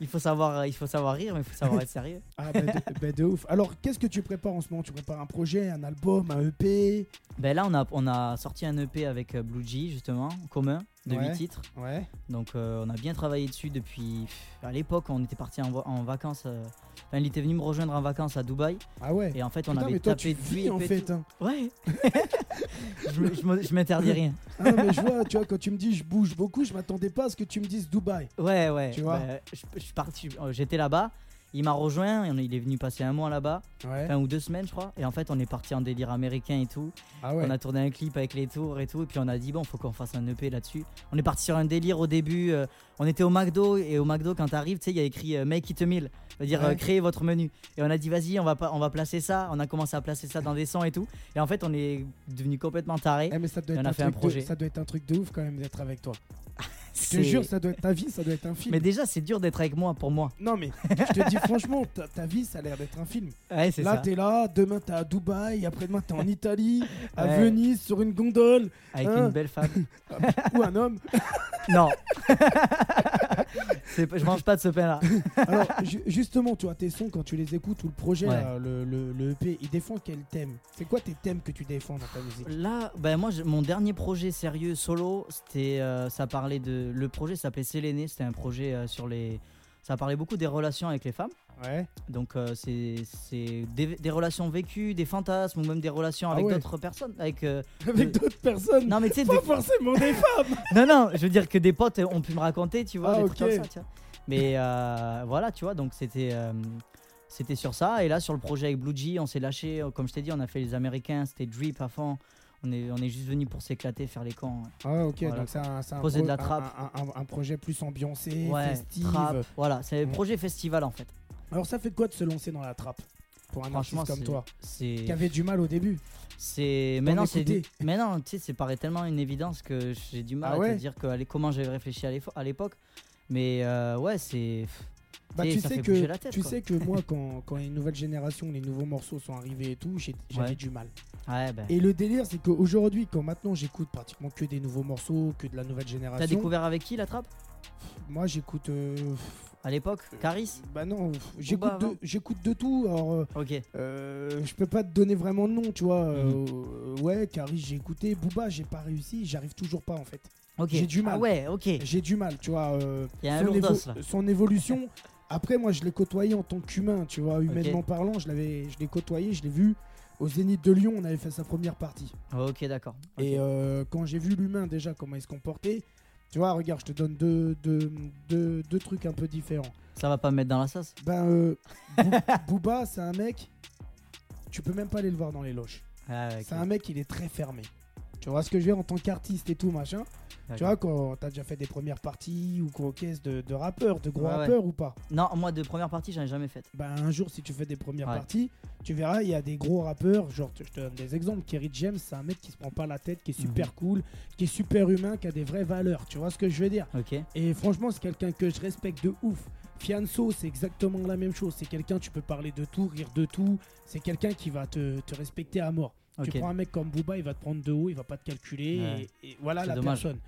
Speaker 4: il faut savoir, il faut savoir rire, mais il faut savoir être sérieux.
Speaker 3: Ah, bah, de, bah, de ouf. Alors, qu'est-ce que tu prépares en ce moment Tu prépares un projet, un album, un E EP
Speaker 4: Ben là, on a, on a sorti un EP avec euh, Blue G justement, en commun, de
Speaker 3: Ouais.
Speaker 4: 8 titres.
Speaker 3: Ouais.
Speaker 4: Donc euh, on a bien travaillé dessus depuis. pff, À l'époque, on était parti en, va- en vacances. euh, Enfin, il était venu me rejoindre en vacances à Dubaï.
Speaker 3: Ah ouais
Speaker 4: Et en fait, on
Speaker 3: Putain,
Speaker 4: avait
Speaker 3: mais toi,
Speaker 4: tapé
Speaker 3: tu
Speaker 4: du
Speaker 3: vis, en
Speaker 4: EP,
Speaker 3: fait.
Speaker 4: tout.
Speaker 3: hein.
Speaker 4: Ouais. je me- je me- je m'interdis rien.
Speaker 3: Ah, mais je vois, tu vois, quand tu me dis je bouge beaucoup, je m'attendais pas à ce que tu me dises Dubaï.
Speaker 4: Ouais, ouais.
Speaker 3: Tu vois
Speaker 4: bah, je, je suis parti, euh, j'étais là-bas. Il m'a rejoint, et on- il est venu passer un mois là-bas,
Speaker 3: Ouais.
Speaker 4: un ou deux semaines je crois, et en fait on est parti en délire américain et tout.
Speaker 3: Ah ouais.
Speaker 4: On a tourné un clip avec les tours et tout, et puis on a dit bon faut qu'on fasse un EP là-dessus. On est parti sur un délire au début, euh, on était au McDo, et au McDo quand t'arrives, tu sais, il y a écrit euh, Make it a meal, c'est-à-dire
Speaker 3: Ouais.
Speaker 4: euh, créer votre menu. Et on a dit vas-y, on va, pas- on va placer ça, on a commencé à placer ça dans des sons et tout, et en fait on est devenu complètement taré.
Speaker 3: Eh, mais ça doit,
Speaker 4: Et
Speaker 3: être
Speaker 4: on a
Speaker 3: un
Speaker 4: fait un
Speaker 3: truc de-
Speaker 4: projet.
Speaker 3: ça doit être un truc de ouf quand même d'être avec toi. Je te jure, ça doit être ta vie, ça doit être un film.
Speaker 4: Mais déjà c'est dur d'être avec moi pour moi.
Speaker 3: Non mais je te dis franchement, ta, ta vie ça a l'air d'être un film.
Speaker 4: Ouais, c'est
Speaker 3: Là
Speaker 4: ça.
Speaker 3: t'es là, demain t'es à Dubaï, après-demain t'es en Italie, à
Speaker 4: Ouais.
Speaker 3: Venise sur une gondole
Speaker 4: Avec
Speaker 3: Hein
Speaker 4: une belle femme.
Speaker 3: ou un homme.
Speaker 4: Non. C'est pas- je mange pas de ce pain-là.
Speaker 3: Alors ju- justement, tu vois tes sons quand tu les écoutes ou le projet,
Speaker 4: Ouais.
Speaker 3: là, le, le- le E EP, il défend quel thème C'est quoi tes thèmes que tu défends dans ta musique
Speaker 4: Là, ben moi, je- mon dernier projet sérieux solo, c'était, euh, ça parlait de, le projet s'appelait Séléné. C'était un projet euh, sur les, ça parlait beaucoup des relations avec les femmes.
Speaker 3: Ouais.
Speaker 4: Donc euh, c'est, c'est des, des relations vécues, des fantasmes ou même des relations
Speaker 3: Ah
Speaker 4: avec
Speaker 3: ouais.
Speaker 4: d'autres personnes. Avec, euh,
Speaker 3: Avec
Speaker 4: de-
Speaker 3: d'autres personnes.
Speaker 4: non mais tu sais,
Speaker 3: Pas
Speaker 4: des-
Speaker 3: forcément des
Speaker 4: non non, je veux dire que des potes euh, ont pu me raconter, tu vois,
Speaker 3: Ah,
Speaker 4: des trucs
Speaker 3: ok.
Speaker 4: comme ça. tu vois. Mais euh, voilà, tu vois, donc c'était. euh, euh, c'était sur ça, et là sur le projet avec Blue G, on s'est lâché, comme je t'ai dit, on a fait les Américains, c'était drip à fond, On est, on est juste venu pour s'éclater, faire les camps.
Speaker 3: Ah, ok,
Speaker 4: Voilà.
Speaker 3: donc c'est un, c'est un
Speaker 4: Poser de la
Speaker 3: un-
Speaker 4: trappe.
Speaker 3: Un, un- un projet plus ambiancé,
Speaker 4: Ouais,
Speaker 3: festif.
Speaker 4: trappe, Voilà, c'est un
Speaker 3: Ouais.
Speaker 4: projet festival en fait.
Speaker 3: Alors, ça fait quoi de se lancer dans la trappe pour un
Speaker 4: Franchement,
Speaker 3: artiste comme
Speaker 4: c'est-
Speaker 3: toi
Speaker 4: c'est.
Speaker 3: qui avait du mal au début
Speaker 4: C'est maintenant c'est
Speaker 3: écouter.
Speaker 4: maintenant tu sais c'est paraît tellement une évidence que j'ai du mal
Speaker 3: Ah
Speaker 4: à
Speaker 3: ouais
Speaker 4: te dire que allez, comment j'avais réfléchi à l'effo- à l'époque mais euh, ouais c'est
Speaker 3: Bah,
Speaker 4: Et
Speaker 3: tu
Speaker 4: ça
Speaker 3: sais
Speaker 4: fait
Speaker 3: que
Speaker 4: bouger la tête,
Speaker 3: tu
Speaker 4: quoi.
Speaker 3: sais que moi quand quand les nouvelles générations les nouveaux morceaux sont arrivés et tout j'ai- j'avais
Speaker 4: Ouais.
Speaker 3: du mal
Speaker 4: ouais ben
Speaker 3: et le délire c'est qu'aujourd'hui quand maintenant j'écoute pratiquement que des nouveaux morceaux que de la nouvelle
Speaker 4: t'as
Speaker 3: génération
Speaker 4: découvert avec qui la trappe
Speaker 3: moi j'écoute euh,
Speaker 4: à l'époque Caris
Speaker 3: bah non pff, j'écoute
Speaker 4: avant.
Speaker 3: de, j'écoute de tout alors euh,
Speaker 4: ok
Speaker 3: euh, je peux pas te donner vraiment de nom tu vois
Speaker 4: Mm.
Speaker 3: euh, euh, ouais Caris j'ai écouté Booba j'ai pas réussi j'arrive toujours pas en fait
Speaker 4: ok
Speaker 3: J'ai du mal.
Speaker 4: ah ouais ok
Speaker 3: j'ai du mal tu vois euh,
Speaker 4: Il y a un
Speaker 3: son,
Speaker 4: lourdos, là.
Speaker 3: son évolution. Après, moi, je l'ai côtoyé en tant qu'humain, tu vois, humainement parlant. Je l'avais, je l'ai côtoyé, je l'ai vu au Zénith de Lyon. On avait fait sa première partie.
Speaker 4: ok d'accord
Speaker 3: Et euh, quand j'ai vu l'humain déjà comment il se comportait, tu vois, regarde, je te donne deux, deux, deux, deux trucs un peu différents.
Speaker 4: ça va pas me mettre dans la sauce
Speaker 3: Ben, euh, Bou- Booba, c'est un mec. Tu peux même pas aller le voir dans les loges.
Speaker 4: Ah, ouais, ok.
Speaker 3: C'est un mec, il est très fermé. Tu vois ce que je veux dire en tant qu'artiste et tout machin. Tu
Speaker 4: D'accord.
Speaker 3: vois, quand t'as déjà fait des premières parties ou qu'on caisse de, de rappeurs, de gros
Speaker 4: Ouais, ouais.
Speaker 3: rappeurs ou pas.
Speaker 4: non moi de première partie j'en ai jamais faite
Speaker 3: Bah, un jour, si tu fais des premières
Speaker 4: Ouais.
Speaker 3: parties, tu verras, il y a des gros rappeurs. Genre, je te donne des exemples. Kerry James, c'est un mec qui se prend pas la tête, qui est
Speaker 4: Mhm.
Speaker 3: super cool, qui est super humain, qui a des vraies valeurs. Tu vois ce que je veux dire
Speaker 4: ok
Speaker 3: Et franchement, c'est quelqu'un que je respecte de ouf. Fianso, c'est exactement la même chose. C'est quelqu'un, tu peux parler de tout, rire de tout. C'est quelqu'un qui va te, te respecter à mort.
Speaker 4: ok
Speaker 3: Tu prends un mec comme Booba, il va te prendre de haut, il va pas te calculer.
Speaker 4: Ouais.
Speaker 3: Et, et voilà
Speaker 4: C'est
Speaker 3: la
Speaker 4: dommage.
Speaker 3: personne.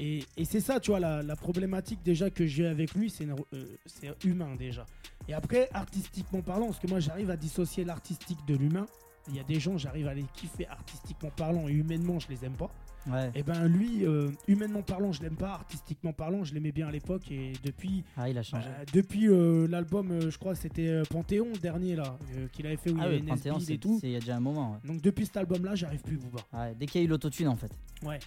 Speaker 3: Et, et c'est ça, tu vois, la, la problématique déjà que j'ai avec lui, c'est une- euh, c'est humain déjà. Et après, artistiquement parlant, parce que moi j'arrive à dissocier l'artistique de l'humain. Il y a des gens, j'arrive à les kiffer artistiquement parlant et humainement, je les aime pas.
Speaker 4: ouais
Speaker 3: Et ben lui, euh, humainement parlant, je l'aime pas. Artistiquement parlant, je l'aimais bien à l'époque. Et depuis,
Speaker 4: ah il a changé
Speaker 3: euh, depuis euh, l'album, euh, je crois que c'était euh, Panthéon, le dernier là, euh, qu'il avait fait où il
Speaker 4: ah
Speaker 3: y
Speaker 4: oui
Speaker 3: avait
Speaker 4: Panthéon
Speaker 3: Nesbitt
Speaker 4: c'est
Speaker 3: et tout.
Speaker 4: c'est- il y a déjà un moment ouais.
Speaker 3: Donc depuis cet album-là, j'arrive plus Booba.
Speaker 4: Ouais, dès qu'il y a eu l'autotune en fait
Speaker 3: Ouais.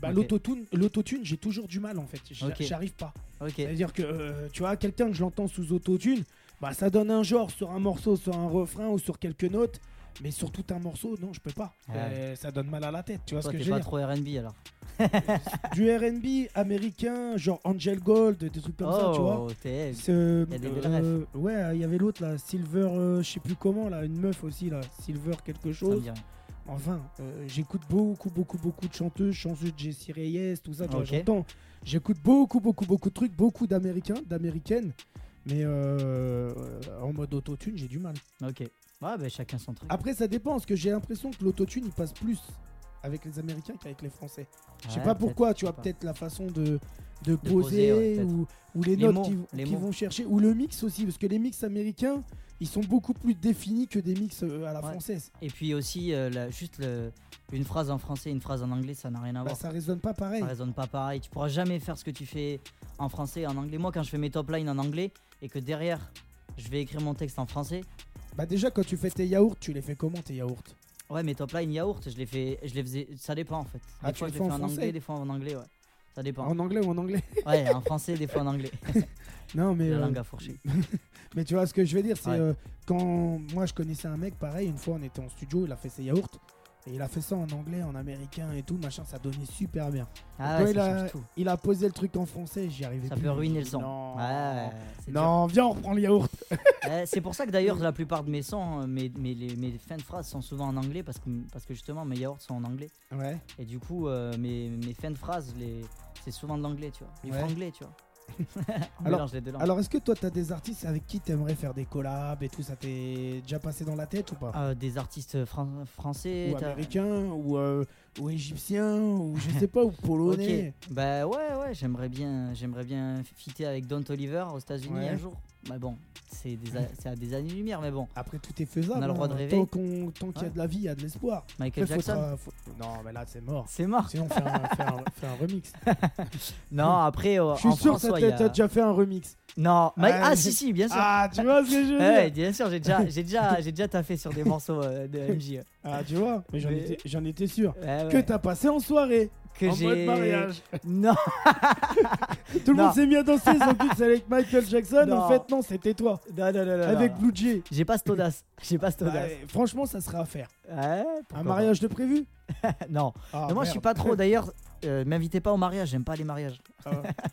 Speaker 3: Bah,
Speaker 4: Ok.
Speaker 3: l'autotune- L'autotune, j'ai toujours du mal en fait. J'a-
Speaker 4: Ok.
Speaker 3: J'arrive pas.
Speaker 4: ok
Speaker 3: C'est-à-dire que, euh, tu vois, quelqu'un que je l'entends sous autotune, bah, ça donne un genre sur un morceau, sur un refrain ou sur quelques notes. Mais sur tout un morceau, non, je peux pas.
Speaker 4: Ouais.
Speaker 3: Euh, ça donne mal à la tête, tu vois
Speaker 4: toi
Speaker 3: ce que
Speaker 4: t'es
Speaker 3: je veux
Speaker 4: pas
Speaker 3: dire.
Speaker 4: trop RB alors
Speaker 3: Du RB américain, genre Angel Gold, des trucs comme ça, tu vois.
Speaker 4: oh t'es
Speaker 3: Ce-
Speaker 4: y a des belles
Speaker 3: euh, ouais, il y avait l'autre là, Silver, euh, je sais plus comment là, une meuf aussi là, Silver quelque
Speaker 4: ça me
Speaker 3: chose.
Speaker 4: dit rien.
Speaker 3: Enfin, euh, j'écoute beaucoup, beaucoup, beaucoup de chanteuses, chanteuses de Jessie Reyes, tout ça, tu vois,
Speaker 4: Ok.
Speaker 3: j'entends. J'écoute beaucoup, beaucoup, beaucoup de trucs, beaucoup d'Américains, d'Américaines, mais euh, euh, en mode autotune, j'ai du mal.
Speaker 4: Ok. Ouais, bah, chacun son truc.
Speaker 3: Après, ça dépend, parce que j'ai l'impression que l'autotune, il passe plus avec les Américains qu'avec les Français. Je sais
Speaker 4: Ouais,
Speaker 3: pas
Speaker 4: peut-être,
Speaker 3: pourquoi, tu
Speaker 4: je sais
Speaker 3: vois,
Speaker 4: pas.
Speaker 3: peut-être la façon de, de poser,
Speaker 4: poser, ouais, peut-être.
Speaker 3: ou, ou les
Speaker 4: Les
Speaker 3: notes
Speaker 4: mots,
Speaker 3: qu'ils
Speaker 4: les
Speaker 3: qu'ils
Speaker 4: mots.
Speaker 3: vont chercher, ou le mix aussi, parce que les mix américains, ils sont beaucoup plus définis que des mix euh, à la
Speaker 4: Ouais.
Speaker 3: française.
Speaker 4: Et puis aussi, euh, la- juste le- une phrase en français, une phrase en anglais, ça n'a rien à
Speaker 3: Bah,
Speaker 4: voir.
Speaker 3: ça résonne pas pareil.
Speaker 4: ça résonne pas pareil. Tu pourras jamais faire ce que tu fais en français et en anglais. Moi, quand je fais mes top lines en anglais et que derrière, je vais écrire mon texte en français.
Speaker 3: Bah déjà quand tu fais tes yaourts, tu les fais comment tes yaourts
Speaker 4: Ouais, mes top lines yaourt, je les fais, je les faisais. Ça dépend en fait. Des
Speaker 3: Ah, tu
Speaker 4: fois,
Speaker 3: les fais
Speaker 4: je les fais
Speaker 3: en
Speaker 4: en
Speaker 3: français
Speaker 4: anglais, des fois en anglais, ouais. Ça dépend.
Speaker 3: En anglais ou en anglais
Speaker 4: Ouais, en français, des fois en anglais.
Speaker 3: Non mais
Speaker 4: La
Speaker 3: euh,
Speaker 4: langue à fourcher.
Speaker 3: mais tu vois ce que je veux dire c'est
Speaker 4: Ouais.
Speaker 3: euh, quand moi je connaissais un mec pareil une fois on était en studio, il a fait ses yaourts et il a fait ça en anglais, en américain et tout machin, ça donnait super bien.
Speaker 4: Ah
Speaker 3: Quand
Speaker 4: ouais,
Speaker 3: il,
Speaker 4: ça
Speaker 3: a,
Speaker 4: change tout.
Speaker 3: il a posé le truc en français, j'y arrivais
Speaker 4: Ça
Speaker 3: plus.
Speaker 4: peut ruiner le son.
Speaker 3: Non.
Speaker 4: Ouais, c'est dur.
Speaker 3: non, viens on reprend le yaourt.
Speaker 4: Euh, c'est pour ça que d'ailleurs la plupart de mes sons, euh, mes, mes, les- mes fins de phrases sont souvent en anglais parce que, parce que justement mes yaourts sont en anglais.
Speaker 3: Ouais.
Speaker 4: Et du coup euh, mes, mes fins de phrases, les- c'est souvent de l'anglais, tu vois. Du
Speaker 3: Ouais.
Speaker 4: franglais, tu vois. On
Speaker 3: Alors-
Speaker 4: mélange les deux langues.
Speaker 3: Alors est-ce que toi t'as des artistes avec qui t'aimerais faire des collabs et tout ça t'est déjà passé dans la tête ou pas
Speaker 4: Euh, des artistes fran- français,
Speaker 3: Ou
Speaker 4: t'as-
Speaker 3: américain ou euh, ou égyptien ou je sais pas ou
Speaker 4: Ok.
Speaker 3: polonais.
Speaker 4: Bah ouais, ouais, j'aimerais bien, j'aimerais bien fitter avec Don Toliver aux États-Unis
Speaker 3: Ouais.
Speaker 4: un jour. Bah bon, c'est des a- c'est à des années-lumière, mais bon.
Speaker 3: Après, tout est faisable.
Speaker 4: On a le droit
Speaker 3: hein.
Speaker 4: de rêver.
Speaker 3: Tant qu'on- tant qu'il y a
Speaker 4: Ouais.
Speaker 3: de la vie, il y a de l'espoir.
Speaker 4: Michael
Speaker 3: Après,
Speaker 4: Jackson,
Speaker 3: faudra- faut- euh, Non, mais là, c'est mort.
Speaker 4: c'est mort.
Speaker 3: Sinon, fais un, fais un- fais un remix.
Speaker 4: Non, après, euh,
Speaker 3: Je suis
Speaker 4: en
Speaker 3: sûr
Speaker 4: France,
Speaker 3: que
Speaker 4: ouais,
Speaker 3: t'as
Speaker 4: y a-
Speaker 3: t'as déjà fait un remix.
Speaker 4: Non, Mike-
Speaker 3: Ah,
Speaker 4: ah
Speaker 3: je-
Speaker 4: si, si, bien sûr.
Speaker 3: Ah, tu vois ce que je veux
Speaker 4: Ouais, ouais,
Speaker 3: dire
Speaker 4: bien sûr, j'ai déjà, j'ai déjà, j'ai déjà taffé sur des morceaux euh, de MJ. ouais.
Speaker 3: Ah, tu vois Mais j'en
Speaker 4: Mais-
Speaker 3: étais, j'en étais sûr.
Speaker 4: Ouais, ouais.
Speaker 3: Que t'as passé en soirée.
Speaker 4: que
Speaker 3: en mode
Speaker 4: j'ai.
Speaker 3: mariage.
Speaker 4: Non,
Speaker 3: Tout le
Speaker 4: Non.
Speaker 3: monde s'est mis à danser, ils ont dit que c'est avec Michael Jackson.
Speaker 4: Non.
Speaker 3: En fait, non, c'était toi.
Speaker 4: non, non, non. non,
Speaker 3: avec
Speaker 4: non.
Speaker 3: Blue Jay.
Speaker 4: J'ai pas cette audace. J'ai pas cette
Speaker 3: Bah,
Speaker 4: audace.
Speaker 3: euh, franchement, ça serait à faire.
Speaker 4: Ouais, pourquoi
Speaker 3: Un
Speaker 4: pas.
Speaker 3: mariage de prévu
Speaker 4: Non.
Speaker 3: Ah,
Speaker 4: Non, moi, je suis
Speaker 3: merde.
Speaker 4: pas trop. D'ailleurs, euh, m'invitez pas au mariage. J'aime pas les mariages.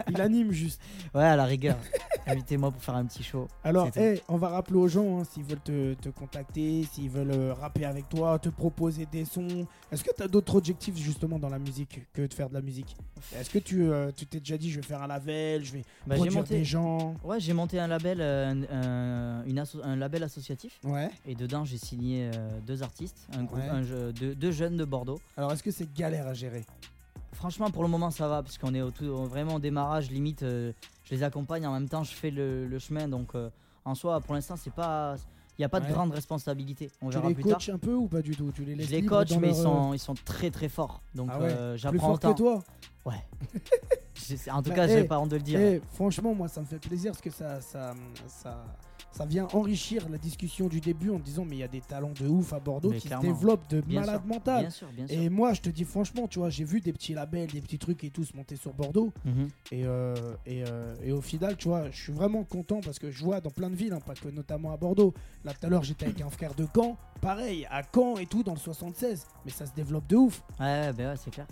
Speaker 3: Il anime juste.
Speaker 4: Ouais, à la rigueur. Invitez-moi pour faire un petit show.
Speaker 3: Alors,
Speaker 4: C'est
Speaker 3: hey, on va rappeler aux gens hein, s'ils veulent te, te contacter, s'ils veulent euh, rapper avec toi, te proposer des sons. Est-ce que tu as d'autres objectifs justement dans la musique que de faire de la musique Est-ce que tu euh, tu t'es déjà dit je vais faire un label, je vais
Speaker 4: Bah, j'ai
Speaker 3: produire
Speaker 4: monté.
Speaker 3: des gens
Speaker 4: Ouais, j'ai monté un label, euh, un, un- une asso- un label associatif.
Speaker 3: Ouais.
Speaker 4: Et dedans, j'ai signé euh, deux artistes, un groupe,
Speaker 3: Ouais.
Speaker 4: un jeu- deux, deux jeunes de Bordeaux.
Speaker 3: Alors, est-ce que c'est galère à gérer
Speaker 4: Franchement, pour le moment, ça va, parce qu'on est au tout, au- vraiment au démarrage, limite, euh, je les accompagne, en même temps, je fais le, le chemin, donc euh, en soi, pour l'instant, c'est pas, il n'y a pas de
Speaker 3: Ouais.
Speaker 4: grande responsabilité. On
Speaker 3: Tu
Speaker 4: verra
Speaker 3: les
Speaker 4: plus tard.
Speaker 3: coaches un peu ou pas du tout Tu les
Speaker 4: Je
Speaker 3: laisses
Speaker 4: les
Speaker 3: libres
Speaker 4: coach,
Speaker 3: dans
Speaker 4: mais
Speaker 3: leur,
Speaker 4: ils
Speaker 3: euh,
Speaker 4: sont, ils sont très très forts, donc
Speaker 3: Ah ouais,
Speaker 4: euh,
Speaker 3: plus
Speaker 4: j'apprends
Speaker 3: forts que
Speaker 4: autant.
Speaker 3: toi
Speaker 4: Je- en tout
Speaker 3: Bah,
Speaker 4: cas,
Speaker 3: eh,
Speaker 4: j'ai pas honte de le dire.
Speaker 3: Eh, franchement, moi, ça me fait plaisir parce que ça, ça, ça, ça vient enrichir la discussion du début en disant mais il y a des talents de ouf à Bordeaux
Speaker 4: Mais
Speaker 3: qui se
Speaker 4: clairement.
Speaker 3: développent de
Speaker 4: Bien
Speaker 3: malade
Speaker 4: sûr,
Speaker 3: mental.
Speaker 4: Bien sûr, bien sûr.
Speaker 3: Et moi, je te dis franchement, tu vois, j'ai vu des petits labels, des petits trucs et tout se monter sur Bordeaux.
Speaker 4: Mhm.
Speaker 3: Et, euh, et, euh, et au final, tu vois, je suis vraiment content parce que je vois dans plein de villes, hein, pas que notamment à Bordeaux. Là, tout à l'heure, j'étais avec un frère de Caen, pareil, à Caen et tout, dans le 76. Mais ça se développe de ouf.
Speaker 4: Ouais, ouais, bah ouais, c'est clair.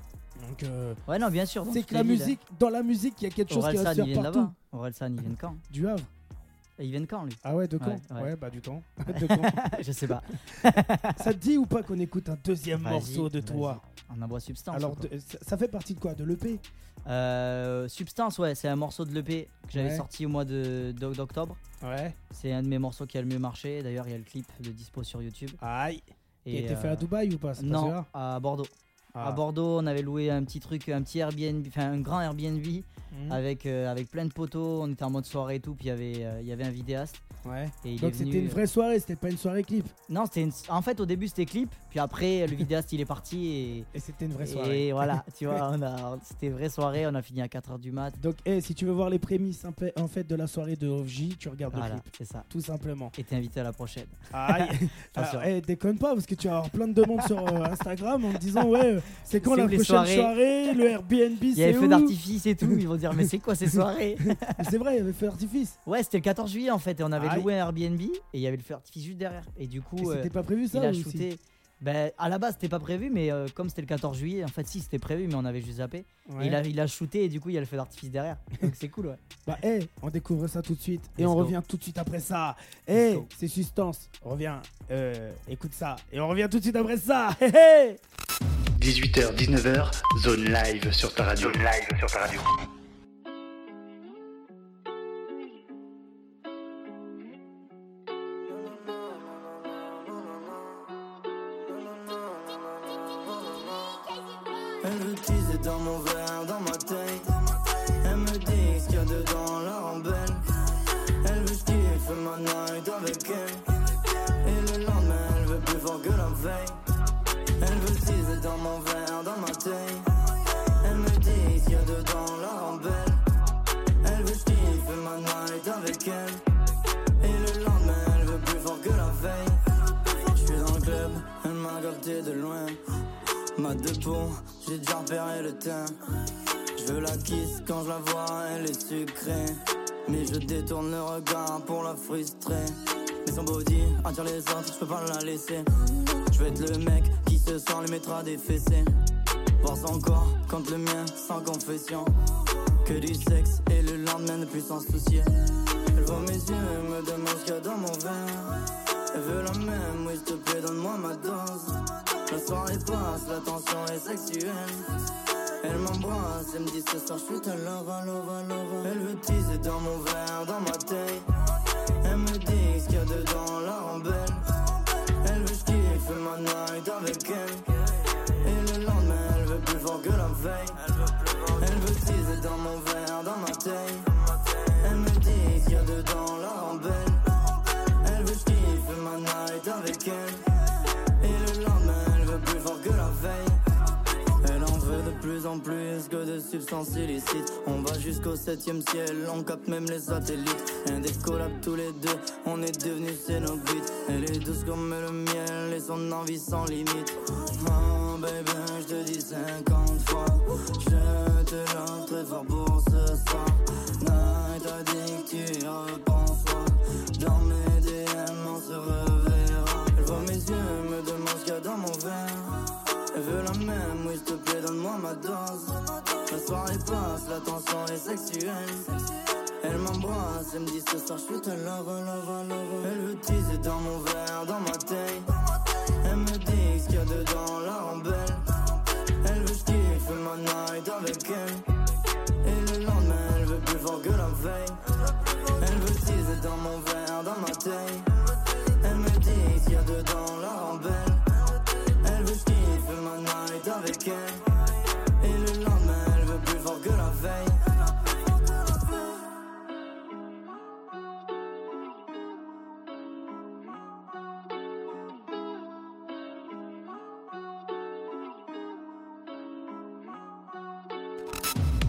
Speaker 3: Donc, euh,
Speaker 4: Ouais, non, bien sûr. dans
Speaker 3: c'est
Speaker 4: toutes
Speaker 3: que la
Speaker 4: les villes,
Speaker 3: musique, dans la musique, il y a quelque
Speaker 4: hein.
Speaker 3: chose qui va
Speaker 4: Orelsan,
Speaker 3: se
Speaker 4: il
Speaker 3: faire
Speaker 4: vient de
Speaker 3: partout.
Speaker 4: là-bas. Orelsan, il vient de quand
Speaker 3: Du Havre.
Speaker 4: Et Il vient de quand, lui
Speaker 3: Ah ouais, de Caen
Speaker 4: Ouais,
Speaker 3: ouais,
Speaker 4: ouais.
Speaker 3: bah du temps. De Caen.
Speaker 4: Je sais pas.
Speaker 3: ça te dit ou pas qu'on écoute un deuxième
Speaker 4: Vas-y,
Speaker 3: morceau de toi
Speaker 4: On aboie Substance. ou
Speaker 3: Alors,
Speaker 4: quoi
Speaker 3: de- ça ça fait partie de quoi De l'EP
Speaker 4: Euh, Substance, ouais, c'est un morceau de l'EP que j'avais
Speaker 3: Ouais.
Speaker 4: sorti au mois de- d'o- d'octobre.
Speaker 3: Ouais.
Speaker 4: C'est un de mes morceaux qui a le mieux marché. D'ailleurs, il y a le clip de dispo sur YouTube.
Speaker 3: Aïe. Qui a été
Speaker 4: euh,
Speaker 3: fait à Dubaï ou pas C'est pas
Speaker 4: Non,
Speaker 3: celui-là
Speaker 4: à Bordeaux.
Speaker 3: Ah.
Speaker 4: À Bordeaux, on avait loué un petit truc, un petit Airbnb, enfin un grand Airbnb
Speaker 3: Mhm.
Speaker 4: avec, euh, avec plein de poteaux. On était en mode soirée et tout. Puis il y avait, euh, il y avait un vidéaste.
Speaker 3: Ouais.
Speaker 4: Et il
Speaker 3: Donc
Speaker 4: est
Speaker 3: c'était
Speaker 4: venu. euh,
Speaker 3: une vraie soirée, c'était pas une soirée clip.
Speaker 4: Non, c'était une- en fait, au début, c'était clip. Puis après, le vidéaste, il est parti. Et,
Speaker 3: Et c'était une vraie
Speaker 4: et
Speaker 3: soirée.
Speaker 4: voilà, tu vois, on a- c'était vraie soirée. On a fini à 4h du mat.
Speaker 3: Donc eh, si tu veux voir les prémices en fait- en fait de la soirée de OVJ, tu regardes le
Speaker 4: Voilà,
Speaker 3: clip.
Speaker 4: c'est ça.
Speaker 3: Tout simplement.
Speaker 4: Et t'es invité à la prochaine.
Speaker 3: Aïe.
Speaker 4: Attention.
Speaker 3: Alors, eh, déconne pas parce que tu vas avoir plein de demandes sur euh, Instagram en me disant ouais, euh, c'est quand
Speaker 4: C'est
Speaker 3: la
Speaker 4: où les
Speaker 3: prochaine
Speaker 4: soirées
Speaker 3: soirée, le Airbnb,
Speaker 4: Il y avait
Speaker 3: c'est
Speaker 4: feu
Speaker 3: où
Speaker 4: d'artifice et tout. Ils vont dire, mais c'est quoi ces soirées
Speaker 3: C'est vrai, il y avait feu d'artifice.
Speaker 4: Ouais, c'était le 14 juillet en fait. Et on avait
Speaker 3: Aïe.
Speaker 4: loué un Airbnb et il y avait le feu d'artifice juste derrière. Et du
Speaker 3: Ah Et
Speaker 4: coup, euh,
Speaker 3: C'était pas prévu ça
Speaker 4: il a
Speaker 3: aussi
Speaker 4: shooté. Ben, à la base, c'était pas prévu, mais euh, comme c'était le 14 juillet, en fait, si, c'était prévu, mais on avait juste zappé.
Speaker 3: Ouais.
Speaker 4: Il, a, il a shooté et du coup, il y a le feu d'artifice derrière. Donc c'est cool, ouais.
Speaker 3: Bah, hey, on découvre ça tout de suite et
Speaker 4: Let's
Speaker 3: on
Speaker 4: go.
Speaker 3: revient tout de suite après ça.
Speaker 4: Let's
Speaker 3: Hey,
Speaker 4: go.
Speaker 3: c'est Substance. On revient, euh, écoute ça et on revient tout de suite après ça. Hey, hey
Speaker 1: 18h, 19h, zone live sur ta radio. Zone live sur ta radio.
Speaker 2: Elle le disait dans mon verre, dans ma taille. Elle me dit ce qu'il y a dedans, la rembelle. Elle veut que je kiffe ma night avec elle. Et le lendemain, elle veut plus voir que la veille. Elle veut teaser dans mon verre, dans ma taille. Elle me dit ce qu'il y a dedans, la rembelle. Elle veut que je kiffe ma night avec elle. Et le lendemain, elle veut plus voir que la veille. Je suis dans le club, elle m'a capté de loin. Ma dépôt, j'ai déjà repéré le teint. Je veux la kiss quand je la vois, elle est sucrée. Mais je détourne le regard pour la frustrer. Mais son body attire les autres, je peux pas la laisser. Je veux être le mec qui se sent lui mettra des fessées. Voir son corps contre le mien sans confession. Que du sexe et le lendemain ne plus s'en soucier. Elle voit mes yeux et me demande ce qu'il y a dans mon verre. Elle veut la même, oui s'il te plaît, donne-moi ma dose. La soirée passe, la tension est sexuelle. Elle m'embrasse, elle me dit ce soir je suis ta lova, lova, lova. Elle veut teaser dans mon verre, dans ma taille. Elle me dit ce qu'il y a dedans, la rembelle. Elle veut que je kiffe ma night avec elle. Et le lendemain, elle veut plus voir que la veille. Elle veut teaser dans mon verre, dans ma taille. Elle me dit ce qu'il y a dedans, la rembelle. Elle veut que je kiffe ma night avec elle. Et le lendemain, elle veut plus voir que la veille. Elle en veut de plus en plus que de substances illicites. On va jusqu'au septième ciel, on capte même les satellites. Indécollable tous les deux, on est devenus cénobites. Elle est douce comme le miel et son envie sans limite. Oh baby, je te dis 50 fois. Je te love très fort pour ce soir. Night addict, tu y repenses. ouais. Dans mes DM, on se reverra. Elle voit mes yeux, me demande ce qu'il y a dans mon verre. Elle veut la même, oui, s'il te plaît, donne-moi ma dose. La soirée passe, la tension est sexuelle. Elle m'embrasse, elle me dit ce soir, je suis ta love, love, love. Elle veut teaser dans mon verre, dans ma taille. Elle me dit ce qu'il y a dedans, la rembelle. Elle veut que je kiffe ma night avec elle. Et le lendemain, elle veut plus fort que la veille. Elle veut teaser dans mon verre, dans ma taille. Elle me dit ce qu'il y a dedans, la rembelle. Elle veut que je kiffe ma night avec elle. Et le lendemain, elle veut plus fort que la veille.
Speaker 1: radio.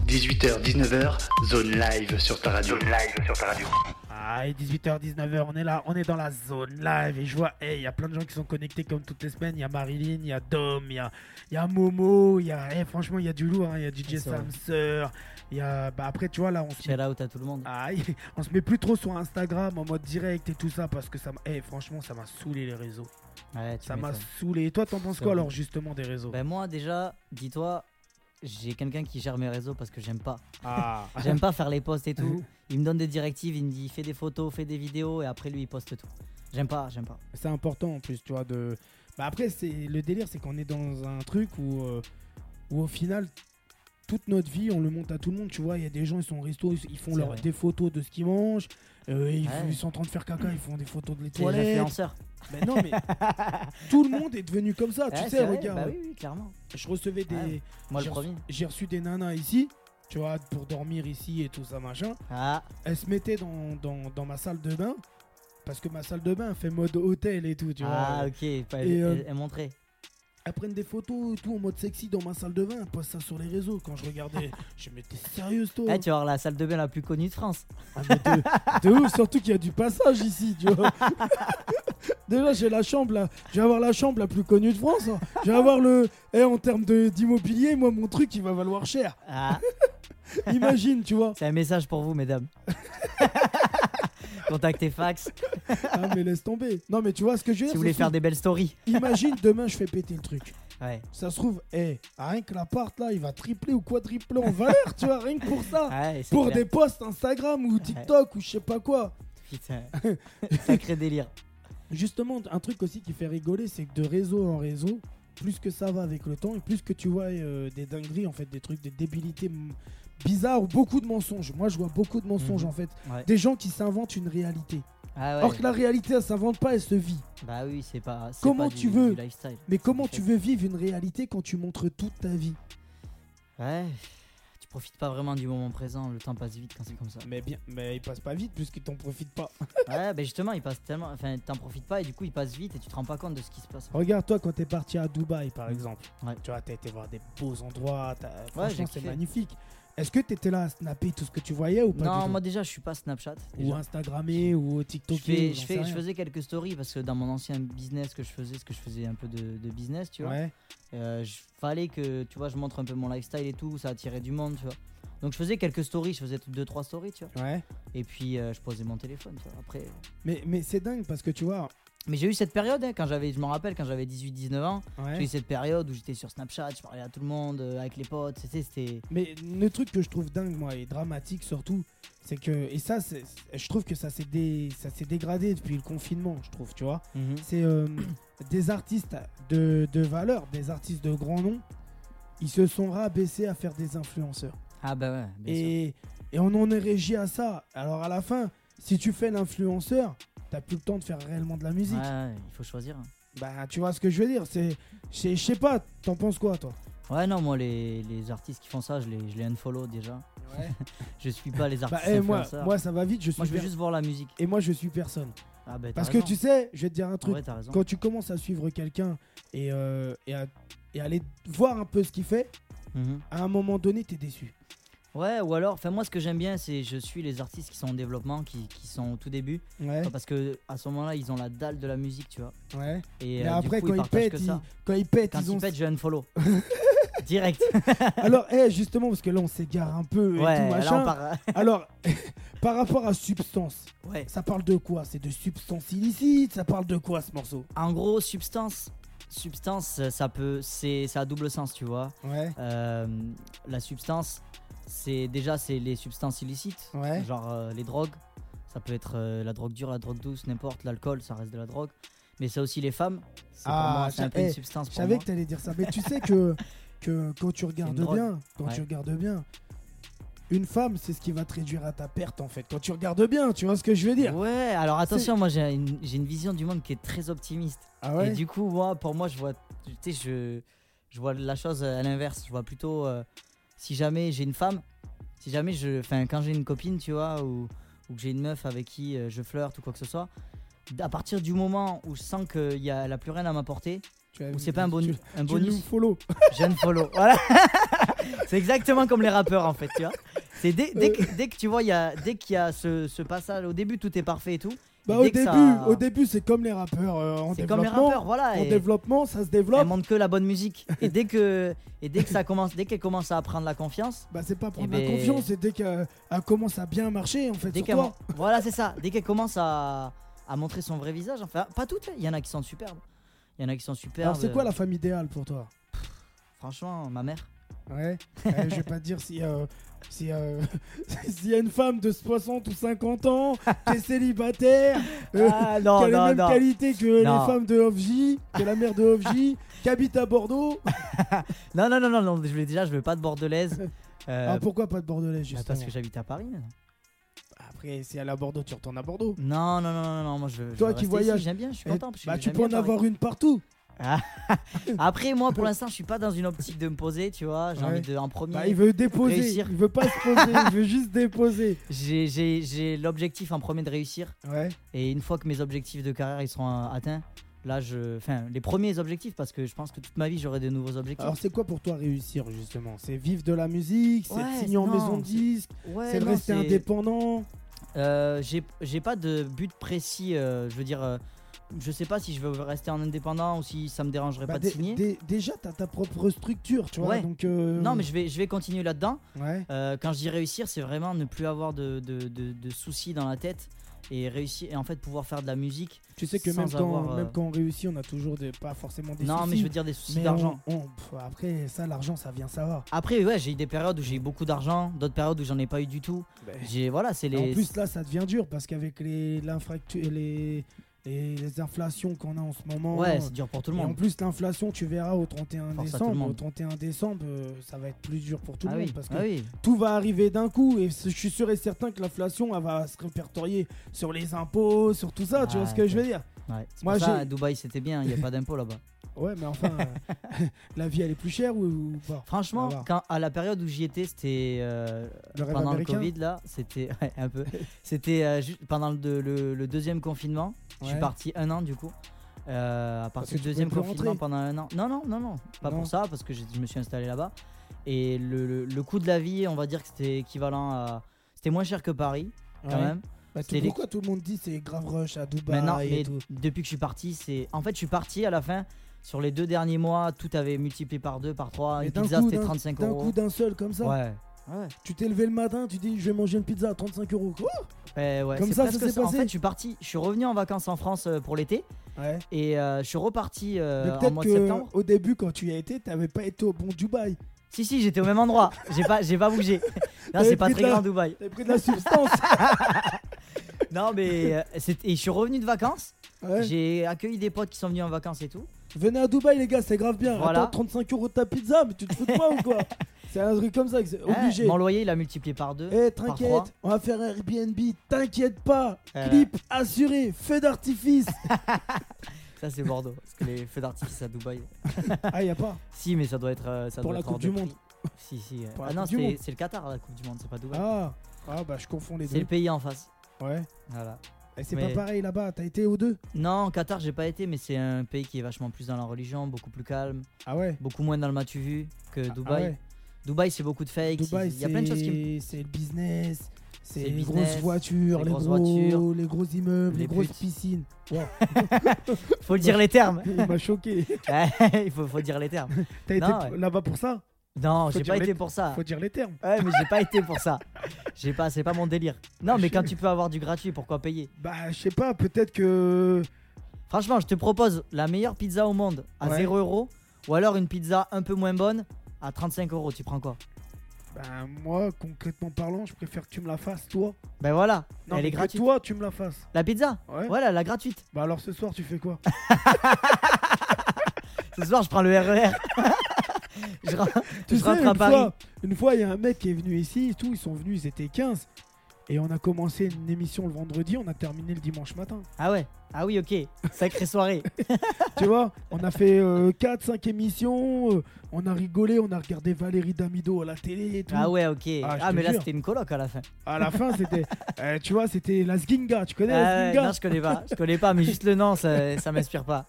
Speaker 1: 18h, 19h, zone live sur ta radio. live sur ta radio.
Speaker 3: Ah, 18h, 19h, on est là, on est dans la zone live et je vois, hey, il y a plein de gens qui sont connectés comme toutes les semaines. Il y a Marilyn, il y a Dom, il y a, il y a Momo, il y a, hey, franchement, il y a du lourd, hein, il y a DJ
Speaker 4: C'est vrai.
Speaker 3: Samser. Il y a, bah après, tu vois, là, on se,
Speaker 4: Shout out à tout le monde.
Speaker 3: aïe, on se met plus trop sur Instagram en mode direct et tout ça parce que ça m'a, hey, franchement, ça m'a saoulé les réseaux.
Speaker 4: Ouais, tu
Speaker 3: Ah, Ça m'a
Speaker 4: m'étonnes.
Speaker 3: saoulé. Et toi, t'en penses
Speaker 4: C'est
Speaker 3: quoi
Speaker 4: vrai.
Speaker 3: alors, justement, des réseaux
Speaker 4: Ben moi déjà, dis-toi, j'ai quelqu'un qui gère mes réseaux parce que j'aime pas.
Speaker 3: Ah,
Speaker 4: J'aime pas faire les posts et tout. Il me donne des directives, il me dit fais des photos, fais des vidéos et après lui il poste tout. J'aime pas, j'aime pas.
Speaker 3: c'est important en plus, tu vois. De... Bah après, c'est le délire, c'est qu'on est dans un truc où, euh, où au final, toute notre vie, on le monte à tout le monde, tu vois. Il y a des gens, ils sont au resto, ils- ils font
Speaker 4: C'est
Speaker 3: leur,
Speaker 4: vrai. Ah
Speaker 3: des photos de ce qu'ils mangent. euh, ils,
Speaker 4: Ouais.
Speaker 3: ils sont en train de faire caca, ils font des photos de les
Speaker 4: C'est les
Speaker 3: toilettes.
Speaker 4: influenceurs.
Speaker 3: Mais non, mais tout le monde est devenu comme ça,
Speaker 4: Ouais,
Speaker 3: Ah, tu
Speaker 4: c'est
Speaker 3: sais,
Speaker 4: vrai,
Speaker 3: regarde.
Speaker 4: Bah oui, oui, clairement.
Speaker 3: Je recevais des.
Speaker 4: Ouais. Moi
Speaker 3: j'ai
Speaker 4: le
Speaker 3: reçu-
Speaker 4: premier.
Speaker 3: J'ai reçu des nanas ici, tu vois, pour dormir ici et tout ça, machin.
Speaker 4: Ah,
Speaker 3: elle se mettait dans, dans, dans ma salle de bain parce que ma salle de bain fait mode hôtel et tout, tu
Speaker 4: ah
Speaker 3: vois.
Speaker 4: ok. Pas-
Speaker 3: Et,
Speaker 4: Elle,
Speaker 3: euh,
Speaker 4: elle- elle montrait.
Speaker 3: Elles prennent des photos et tout en mode sexy dans ma salle de bain, elles postent ça sur les réseaux. Quand je regardais, je me t'es sérieuse toi
Speaker 4: Eh, tu vas voir la salle de bain la plus connue de France.
Speaker 3: Ah, mais de, de ouf, surtout qu'il y a du passage ici, tu vois. Déjà, j'ai la chambre là. Je vais avoir la chambre la plus connue de France. hein. Je vais avoir le. Eh, en termes de- d'immobilier, moi, mon truc, il va valoir cher.
Speaker 4: Ah,
Speaker 3: Imagine, tu vois.
Speaker 4: c'est un message pour vous mesdames. Contactez fax
Speaker 3: Ah, mais laisse tomber. Non, mais tu vois ce que je veux
Speaker 4: si
Speaker 3: dire,
Speaker 4: vous voulez
Speaker 3: c'est
Speaker 4: faire des belles stories.
Speaker 3: que- Imagine demain, je fais péter le truc.
Speaker 4: Ouais.
Speaker 3: Ça se trouve, eh, rien que l'appart là, il va tripler ou quadrupler en valeur, tu vois, rien que pour ça.
Speaker 4: Ah, Ouais, c'est
Speaker 3: Pour
Speaker 4: clair.
Speaker 3: des posts Instagram ou TikTok ou je sais pas quoi.
Speaker 4: Putain. Sacré délire.
Speaker 3: Justement, un truc aussi qui fait rigoler, c'est que de réseau en réseau, plus que ça va avec le temps et plus que tu vois euh, des dingueries, en fait, des trucs, des débilités mm, bizarres ou beaucoup de mensonges. Moi, je vois beaucoup de mensonges
Speaker 4: Mhm.
Speaker 3: en fait.
Speaker 4: Ouais.
Speaker 3: Des gens qui s'inventent une réalité.
Speaker 4: Ah ouais.
Speaker 3: Alors que la réalité, elle s'invente pas, elle se vit.
Speaker 4: Bah oui, c'est pas. c'est
Speaker 3: Comment
Speaker 4: pas
Speaker 3: tu
Speaker 4: du-
Speaker 3: veux
Speaker 4: du lifestyle.
Speaker 3: Mais comment
Speaker 4: En fait.
Speaker 3: tu veux vivre une réalité quand tu montres toute ta vie
Speaker 4: Ouais. Tu profites pas vraiment du moment présent, le temps passe vite quand c'est comme ça.
Speaker 3: Mais bien, mais il passe pas vite puisque t'en profites pas.
Speaker 4: Ouais, bah justement, il passe tellement. Enfin, t'en profites pas et du coup, il passe vite et tu te rends pas compte de ce qui se passe.
Speaker 3: Regarde-toi quand t'es parti à Dubaï, par exemple.
Speaker 4: Ouais.
Speaker 3: Tu vois, t'as été voir des beaux endroits. t'as-
Speaker 4: j'ai
Speaker 3: Franchement, c'est
Speaker 4: kiffé.
Speaker 3: magnifique. Est-ce que t'étais là à snapper tout ce que tu voyais ou pas du
Speaker 4: Non,
Speaker 3: tout
Speaker 4: moi déjà, je suis pas Snapchat.
Speaker 3: Ou
Speaker 4: déjà.
Speaker 3: Instagrammer ou
Speaker 4: Je,
Speaker 3: TikToker
Speaker 4: fais-
Speaker 3: ou j'en
Speaker 4: je,
Speaker 3: sais
Speaker 4: fais- je
Speaker 3: rien.
Speaker 4: faisais quelques stories parce que dans mon ancien business que je faisais, ce que je faisais un peu de, de business, tu vois,
Speaker 3: Ouais.
Speaker 4: euh, je- fallait que tu vois, je montre un peu mon lifestyle et tout, ça attirait du monde, tu vois. Donc je faisais quelques stories, je faisais 2-3 stories, tu vois.
Speaker 3: ouais.
Speaker 4: Et puis euh, je posais mon téléphone, tu vois. Après,
Speaker 3: Mais, mais c'est dingue parce que tu vois.
Speaker 4: Mais j'ai eu cette période, hein, quand j'avais, je m'en rappelle, quand j'avais 18-19 ans,
Speaker 3: ouais.
Speaker 4: j'ai eu cette période où j'étais sur Snapchat, je parlais à tout le monde, euh, avec les potes, tu sais, c'était.
Speaker 3: Mais le truc que je trouve dingue, moi, et dramatique surtout, c'est que. Et ça, c'est- je trouve que ça s'est dé- ça s'est dégradé depuis le confinement, je trouve, tu vois. c'est euh, des artistes de, de valeur, des artistes de grand nom, ils se sont rabaissés à faire des influenceurs.
Speaker 4: Ah bah ouais, bien sûr.
Speaker 3: Et, et on en est régi à ça. Alors à la fin, si tu fais l'influenceur, t'as plus le temps de faire réellement de la musique.
Speaker 4: Ouais, ouais, il faut choisir. hein.
Speaker 3: Bah tu vois ce que je veux dire, c'est. Je je sais pas, t'en penses quoi toi
Speaker 4: Ouais, non, moi, les, les artistes qui font ça, je les, je les unfollow déjà. Je suis pas les
Speaker 3: Bah
Speaker 4: artistes
Speaker 3: eh, moi,
Speaker 4: influenceurs.
Speaker 3: moi ça va vite, je suis
Speaker 4: Moi, je veux
Speaker 3: per-
Speaker 4: juste voir la musique.
Speaker 3: et moi je suis personne.
Speaker 4: Ah bah, t'as
Speaker 3: Parce que
Speaker 4: raison.
Speaker 3: tu sais, je vais te dire un
Speaker 4: En
Speaker 3: truc.
Speaker 4: vrai, t'as raison.
Speaker 3: Quand tu commences à suivre quelqu'un et, euh, et, à, et aller voir un peu ce qu'il fait,
Speaker 4: Mhm.
Speaker 3: à un moment donné, t'es déçu.
Speaker 4: Ouais, ou alors, enfin, moi, ce que j'aime bien, c'est je suis les artistes qui sont en développement, qui, qui sont au tout début.
Speaker 3: Ouais,
Speaker 4: Parce que à ce moment-là, ils ont la dalle de la musique, tu vois.
Speaker 3: ouais.
Speaker 4: Et
Speaker 3: Mais
Speaker 4: euh, du
Speaker 3: après,
Speaker 4: coup,
Speaker 3: quand ils
Speaker 4: ils partagent
Speaker 3: pètent,
Speaker 4: que
Speaker 3: ils-
Speaker 4: ça.
Speaker 3: quand ils pètent,
Speaker 4: Quand
Speaker 3: ils
Speaker 4: ils
Speaker 3: ont.
Speaker 4: pètent, je unfollow. Direct.
Speaker 3: Alors, eh, justement, parce que là, on s'égare un peu et tout
Speaker 4: Ouais, là
Speaker 3: machin.
Speaker 4: on part. euh,
Speaker 3: Alors, par rapport à Substance,
Speaker 4: Ouais.
Speaker 3: ça parle de quoi C'est de substance illicite Ça parle de quoi ce morceau
Speaker 4: En gros, substance. Substance, euh, ça peut. C'est ça a double sens, tu vois.
Speaker 3: Ouais.
Speaker 4: Euh, la substance, c'est déjà c'est les substances illicites,
Speaker 3: Ouais.
Speaker 4: genre euh, les drogues. Ça peut être euh, la drogue dure, la drogue douce, n'importe. L'alcool, ça reste de la drogue. Mais c'est aussi les femmes. C'est pour
Speaker 3: Ah,
Speaker 4: moi, c'est un peu
Speaker 3: eh,
Speaker 4: une substance
Speaker 3: Je
Speaker 4: pour
Speaker 3: savais
Speaker 4: moi.
Speaker 3: que t'allais dire ça, mais tu sais que, que quand tu regardes
Speaker 4: drogue.
Speaker 3: bien, quand tu
Speaker 4: Ouais.
Speaker 3: regardes bien, une femme, c'est ce qui va te réduire à ta perte en fait. Quand tu regardes bien, tu vois ce que je veux dire
Speaker 4: Ouais, alors attention, moi j'ai une, j'ai une vision du monde qui est très optimiste.
Speaker 3: Ah ouais
Speaker 4: Et du coup, moi, pour moi, je vois, tu sais, je, je vois la chose à l'inverse. Je vois plutôt euh, si jamais j'ai une femme, si jamais je, enfin, quand j'ai une copine, tu vois, ou, ou que j'ai une meuf avec qui euh, je flirte ou quoi que ce soit, à partir du moment où je sens qu'il y a, elle a plus rien à m'apporter,
Speaker 3: Tu as-
Speaker 4: ou c'est pas un, bon,
Speaker 3: Euh, tu-
Speaker 4: un
Speaker 3: tu nous
Speaker 4: bonus,
Speaker 3: follow.
Speaker 4: je ne follow. Voilà. c'est exactement comme les rappeurs en fait, tu vois. C'est dès, dès, que, dès que tu vois, il y a, dès qu'il y a ce, ce passage, au début tout est parfait et tout.
Speaker 3: Bah,
Speaker 4: Et
Speaker 3: au
Speaker 4: dès que
Speaker 3: début,
Speaker 4: ça-
Speaker 3: au début, c'est comme les rappeurs euh, en
Speaker 4: C'est
Speaker 3: développement.
Speaker 4: comme les rappeurs, voilà.
Speaker 3: En
Speaker 4: Ah, et- Eh,
Speaker 3: développement, ça se développe.
Speaker 4: elle montre que la bonne musique. Et dès que, et dès que ça commence, dès qu'elle commence à prendre la confiance,
Speaker 3: Bah, c'est pas prendre
Speaker 4: Eh
Speaker 3: la
Speaker 4: ben-
Speaker 3: confiance, c'est dès qu'elle elle commence à bien marcher en fait.
Speaker 4: dès
Speaker 3: sur
Speaker 4: qu'elle,
Speaker 3: toi.
Speaker 4: mon- voilà, c'est ça. Dès qu'elle commence à, à montrer son vrai visage, enfin, pas toutes. Il y en a qui sont superbes. Il y en a qui sont superbes. euh,
Speaker 3: Alors, c'est quoi la femme idéale pour toi
Speaker 4: Franchement, ma mère.
Speaker 3: Ouais. Euh, je vais pas te dire si. euh, si, euh, s'il y a une femme de 60 ou 50 ans qui est célibataire, euh,
Speaker 4: Ah
Speaker 3: qui
Speaker 4: non,
Speaker 3: a les
Speaker 4: non,
Speaker 3: mêmes
Speaker 4: non.
Speaker 3: qualités que
Speaker 4: Non.
Speaker 3: les femmes de Hovji, que la mère de Hovji, qui habite à Bordeaux.
Speaker 4: Euh, non, non, non, non, non, Je voulais déjà, je veux pas de bordelaise. Euh,
Speaker 3: Ah, pourquoi pas de Bordelais
Speaker 4: bah,
Speaker 3: justement
Speaker 4: parce que j'habite à Paris. maintenant.
Speaker 3: Après, si elle est à Bordeaux, tu retournes à Bordeaux.
Speaker 4: Non, non, non, non, non, moi je. je
Speaker 3: Toi
Speaker 4: veux
Speaker 3: qui
Speaker 4: rester
Speaker 3: voyages.
Speaker 4: ici, j'aime bien. Je suis
Speaker 3: Eh,
Speaker 4: content. parce que
Speaker 3: bah, tu
Speaker 4: j'aime
Speaker 3: peux en
Speaker 4: bien Paris.
Speaker 3: avoir une partout.
Speaker 4: Après, moi, pour l'instant, je suis pas dans une optique de me poser, tu vois. J'ai
Speaker 3: Ouais.
Speaker 4: envie de, en premier.
Speaker 3: Bah, il veut déposer,
Speaker 4: Réussir.
Speaker 3: il veut pas se poser, il veut juste déposer.
Speaker 4: J'ai- J'ai j'ai l'objectif en premier de réussir.
Speaker 3: Ouais.
Speaker 4: Et une fois que mes objectifs de carrière ils seront euh, atteints, là je. Enfin, les premiers objectifs, parce que je pense que toute ma vie j'aurai de nouveaux objectifs.
Speaker 3: Alors c'est quoi pour toi réussir justement C'est vivre de la musique, c'est
Speaker 4: Ouais,
Speaker 3: de signer en
Speaker 4: non,
Speaker 3: maison de
Speaker 4: c'est-
Speaker 3: disque,
Speaker 4: ouais,
Speaker 3: c'est de
Speaker 4: non,
Speaker 3: rester
Speaker 4: c'est-
Speaker 3: indépendant.
Speaker 4: Euh, J'ai j'ai pas de but précis, euh, je veux dire. euh, je sais pas si je veux rester en indépendant ou si ça me dérangerait
Speaker 3: Bah,
Speaker 4: pas de
Speaker 3: dé-
Speaker 4: signer.
Speaker 3: dé- déjà t'as ta propre structure, tu vois.
Speaker 4: Ouais.
Speaker 3: Donc euh,
Speaker 4: Non, mais je vais, je vais continuer là-dedans.
Speaker 3: ouais.
Speaker 4: Euh, quand je dis réussir, c'est vraiment ne plus avoir de, de- de- de soucis dans la tête et réussir et en fait pouvoir faire de la musique.
Speaker 3: Tu sais que
Speaker 4: sans
Speaker 3: même quand,
Speaker 4: avoir, euh,
Speaker 3: même quand on réussit, on a toujours des, pas forcément des
Speaker 4: non,
Speaker 3: soucis.
Speaker 4: mais je veux dire des soucis
Speaker 3: mais
Speaker 4: d'argent.
Speaker 3: on- on- pff, après ça, l'argent, ça vient, ça va.
Speaker 4: Après, ouais, j'ai eu des périodes où j'ai eu beaucoup d'argent, d'autres périodes où j'en ai pas eu du tout. J'ai, voilà, c'est les.
Speaker 3: Bah. En plus là, ça devient dur parce qu'avec les, l'infractu- les, les, les inflations qu'on a en ce moment.
Speaker 4: ouais, c'est dur pour tout le
Speaker 3: et en
Speaker 4: monde.
Speaker 3: plus, l'inflation, tu verras au 31
Speaker 4: Force à tout le
Speaker 3: décembre.
Speaker 4: monde.
Speaker 3: Au 31 décembre, euh, ça va être plus dur pour tout
Speaker 4: ah
Speaker 3: le monde
Speaker 4: oui,
Speaker 3: parce que
Speaker 4: ah oui.
Speaker 3: tout va arriver d'un coup et je suis sûr et certain que l'inflation elle va se répertorier sur les impôts, sur tout ça, tu vois
Speaker 4: Ouais,
Speaker 3: ce que je veux dire
Speaker 4: Ouais, c'est
Speaker 3: Moi,
Speaker 4: pour ça,
Speaker 3: j'ai-
Speaker 4: à Dubaï, c'était bien, il n'y a pas d'impôt là-bas.
Speaker 3: Ouais, mais enfin, euh, la vie elle est plus chère ou, ou pas
Speaker 4: Franchement,
Speaker 3: Voilà.
Speaker 4: quand, à la période où j'y étais, c'était. euh,
Speaker 3: Le rêve
Speaker 4: pendant
Speaker 3: américain
Speaker 4: le Covid, là, c'était. ouais, un peu. C'était euh, ju- pendant le, de- le- le deuxième confinement. Je suis
Speaker 3: Ouais.
Speaker 4: parti un an, du coup. Euh, à
Speaker 3: Parce que
Speaker 4: partir
Speaker 3: tu
Speaker 4: du deuxième
Speaker 3: pouvais plus
Speaker 4: confinement
Speaker 3: rentrer.
Speaker 4: pendant un an. Non, non, non, non. Pas
Speaker 3: Non.
Speaker 4: pour ça, parce que j'ai- je me suis installé là-bas. Et le, le- le coût de la vie, on va dire que c'était équivalent à. C'était moins cher que Paris, quand
Speaker 3: Ouais.
Speaker 4: même.
Speaker 3: Bah, tout-
Speaker 4: c'est les-
Speaker 3: pourquoi tout le monde dit c'est grave rush à Dubaï
Speaker 4: Maintenant,
Speaker 3: et
Speaker 4: mais
Speaker 3: tout
Speaker 4: depuis que je suis parti, c'est. En fait, je suis parti à la fin. Sur les deux derniers mois, tout avait multiplié par deux, par trois.
Speaker 3: Mais
Speaker 4: Une
Speaker 3: d'un
Speaker 4: pizza,
Speaker 3: coup,
Speaker 4: c'était 35
Speaker 3: D'un coup
Speaker 4: euros.
Speaker 3: d'un seul comme ça,
Speaker 4: Ouais. Ouais,
Speaker 3: tu t'es levé le matin, tu dis je vais manger une pizza à 35 euros. Quoi
Speaker 4: ouais, ouais.
Speaker 3: Comme
Speaker 4: c'est
Speaker 3: ça, ça
Speaker 4: presque
Speaker 3: s'est
Speaker 4: En
Speaker 3: passé
Speaker 4: fait, je suis parti, je suis revenu en vacances en France euh, pour l'été
Speaker 3: ouais.
Speaker 4: et euh, je suis reparti euh,
Speaker 3: Mais
Speaker 4: en mois
Speaker 3: peut-être
Speaker 4: de septembre.
Speaker 3: que au début quand tu y as été, t'avais pas été au bon Dubaï.
Speaker 4: Si, si, j'étais au même endroit. J'ai pas, j'ai pas bougé. Non,
Speaker 3: T'avais
Speaker 4: c'est pas
Speaker 3: pris de
Speaker 4: très
Speaker 3: la-
Speaker 4: grand Dubaï.
Speaker 3: T'avais pris de la substance.
Speaker 4: Non, mais euh, c'est- et je suis revenu de vacances.
Speaker 3: Ouais.
Speaker 4: J'ai accueilli des potes qui sont venus en vacances et tout.
Speaker 3: Venez à Dubaï, les gars, c'est grave bien.
Speaker 4: Voilà.
Speaker 3: Attends, 35 euros de ta pizza, mais tu te fous de moi ou quoi C'est un truc comme ça, que c'est
Speaker 4: Ouais,
Speaker 3: obligé.
Speaker 4: Hein, mon loyer, il a multiplié Eh, par deux.
Speaker 3: Eh,
Speaker 4: trois.
Speaker 3: t'inquiète, on va faire Airbnb, t'inquiète pas.
Speaker 4: Euh.
Speaker 3: Clip assuré, feu d'artifice.
Speaker 4: Ça, c'est Bordeaux. Parce que les feux d'artifice à Dubaï.
Speaker 3: ah, y a pas.
Speaker 4: Si, mais ça doit être. euh, Ça
Speaker 3: Pour
Speaker 4: doit
Speaker 3: la
Speaker 4: être
Speaker 3: Coupe
Speaker 4: hors
Speaker 3: du
Speaker 4: de
Speaker 3: Monde.
Speaker 4: prix. Si, si. euh.
Speaker 3: Pour la
Speaker 4: Ah non,
Speaker 3: Coupe du Monde.
Speaker 4: c'est c'est le Qatar, la Coupe du Monde, c'est pas Dubaï.
Speaker 3: Ah. ah, bah je confonds les
Speaker 4: c'est
Speaker 3: deux.
Speaker 4: le pays en face.
Speaker 3: Ouais.
Speaker 4: Voilà.
Speaker 3: Et c'est
Speaker 4: Mais-
Speaker 3: pas pareil là-bas, t'as été aux deux
Speaker 4: Non, Qatar, j'ai pas été, mais c'est un pays qui est vachement plus dans la religion, beaucoup plus calme,
Speaker 3: Ah ouais
Speaker 4: beaucoup moins dans le matu vu que
Speaker 3: Ah,
Speaker 4: Dubaï.
Speaker 3: ah ouais.
Speaker 4: Dubaï, c'est beaucoup de fakes.
Speaker 3: Dubaï,
Speaker 4: il y a plein de choses qui me
Speaker 3: c'est- C'est le business. C'est
Speaker 4: C'est
Speaker 3: les
Speaker 4: le
Speaker 3: grosses
Speaker 4: business,
Speaker 3: voitures,
Speaker 4: les
Speaker 3: les,
Speaker 4: grosses
Speaker 3: gros,
Speaker 4: voitures,
Speaker 3: les gros immeubles, les,
Speaker 4: les
Speaker 3: grosses
Speaker 4: putes.
Speaker 3: piscines. Wow,
Speaker 4: Faut dire les termes.
Speaker 3: il m'a choqué.
Speaker 4: Il faut, faut dire les termes.
Speaker 3: T'as été
Speaker 4: Non, ouais. Ah.
Speaker 3: là-bas pour ça
Speaker 4: Non,
Speaker 3: Faut
Speaker 4: j'ai
Speaker 3: dire
Speaker 4: pas
Speaker 3: les-
Speaker 4: été pour ça.
Speaker 3: Faut dire les termes.
Speaker 4: Ouais, mais j'ai pas été pour ça. J'ai pas, c'est pas mon délire. Non, mais quand tu peux avoir du gratuit, pourquoi payer
Speaker 3: Bah, je sais pas, peut-être que.
Speaker 4: Franchement, je te propose la meilleure pizza au monde à
Speaker 3: Ouais.
Speaker 4: 0 euros ou alors une pizza un peu moins bonne à 35 euros. Tu prends quoi
Speaker 3: Bah, moi, concrètement parlant, je préfère que tu me la fasses, toi.
Speaker 4: Ben voilà,
Speaker 3: Non,
Speaker 4: elle
Speaker 3: mais
Speaker 4: est
Speaker 3: que
Speaker 4: gratuite.
Speaker 3: toi, tu me la fasses.
Speaker 4: La pizza
Speaker 3: Ouais.
Speaker 4: Voilà, la gratuite.
Speaker 3: Bah, alors ce soir, tu fais quoi
Speaker 4: Ce soir, je prends le E RER. je ren-
Speaker 3: Tu
Speaker 4: je
Speaker 3: sais,
Speaker 4: rentre
Speaker 3: une
Speaker 4: à Paris.
Speaker 3: fois, une fois, il y a un mec qui est venu ici et tout. Ils sont venus, ils étaient 15. Et on a commencé une émission le vendredi, on a terminé le dimanche matin.
Speaker 4: Ah ouais Ah oui, ok. Sacrée soirée.
Speaker 3: tu vois, on a fait 4-5 émissions, euh, on a rigolé, on a regardé Valérie Damido à la télé et tout.
Speaker 4: Ah ouais, ok.
Speaker 3: Ah,
Speaker 4: Ah,
Speaker 3: je te
Speaker 4: mais là,
Speaker 3: jure.
Speaker 4: c'était une coloc à la fin.
Speaker 3: À la fin, c'était, euh, tu vois, c'était la Sginga. Tu connais
Speaker 4: Ah
Speaker 3: la
Speaker 4: ouais,
Speaker 3: Sginga
Speaker 4: non, je connais pas. Je connais pas, mais juste le nom, ça, ça m'inspire pas.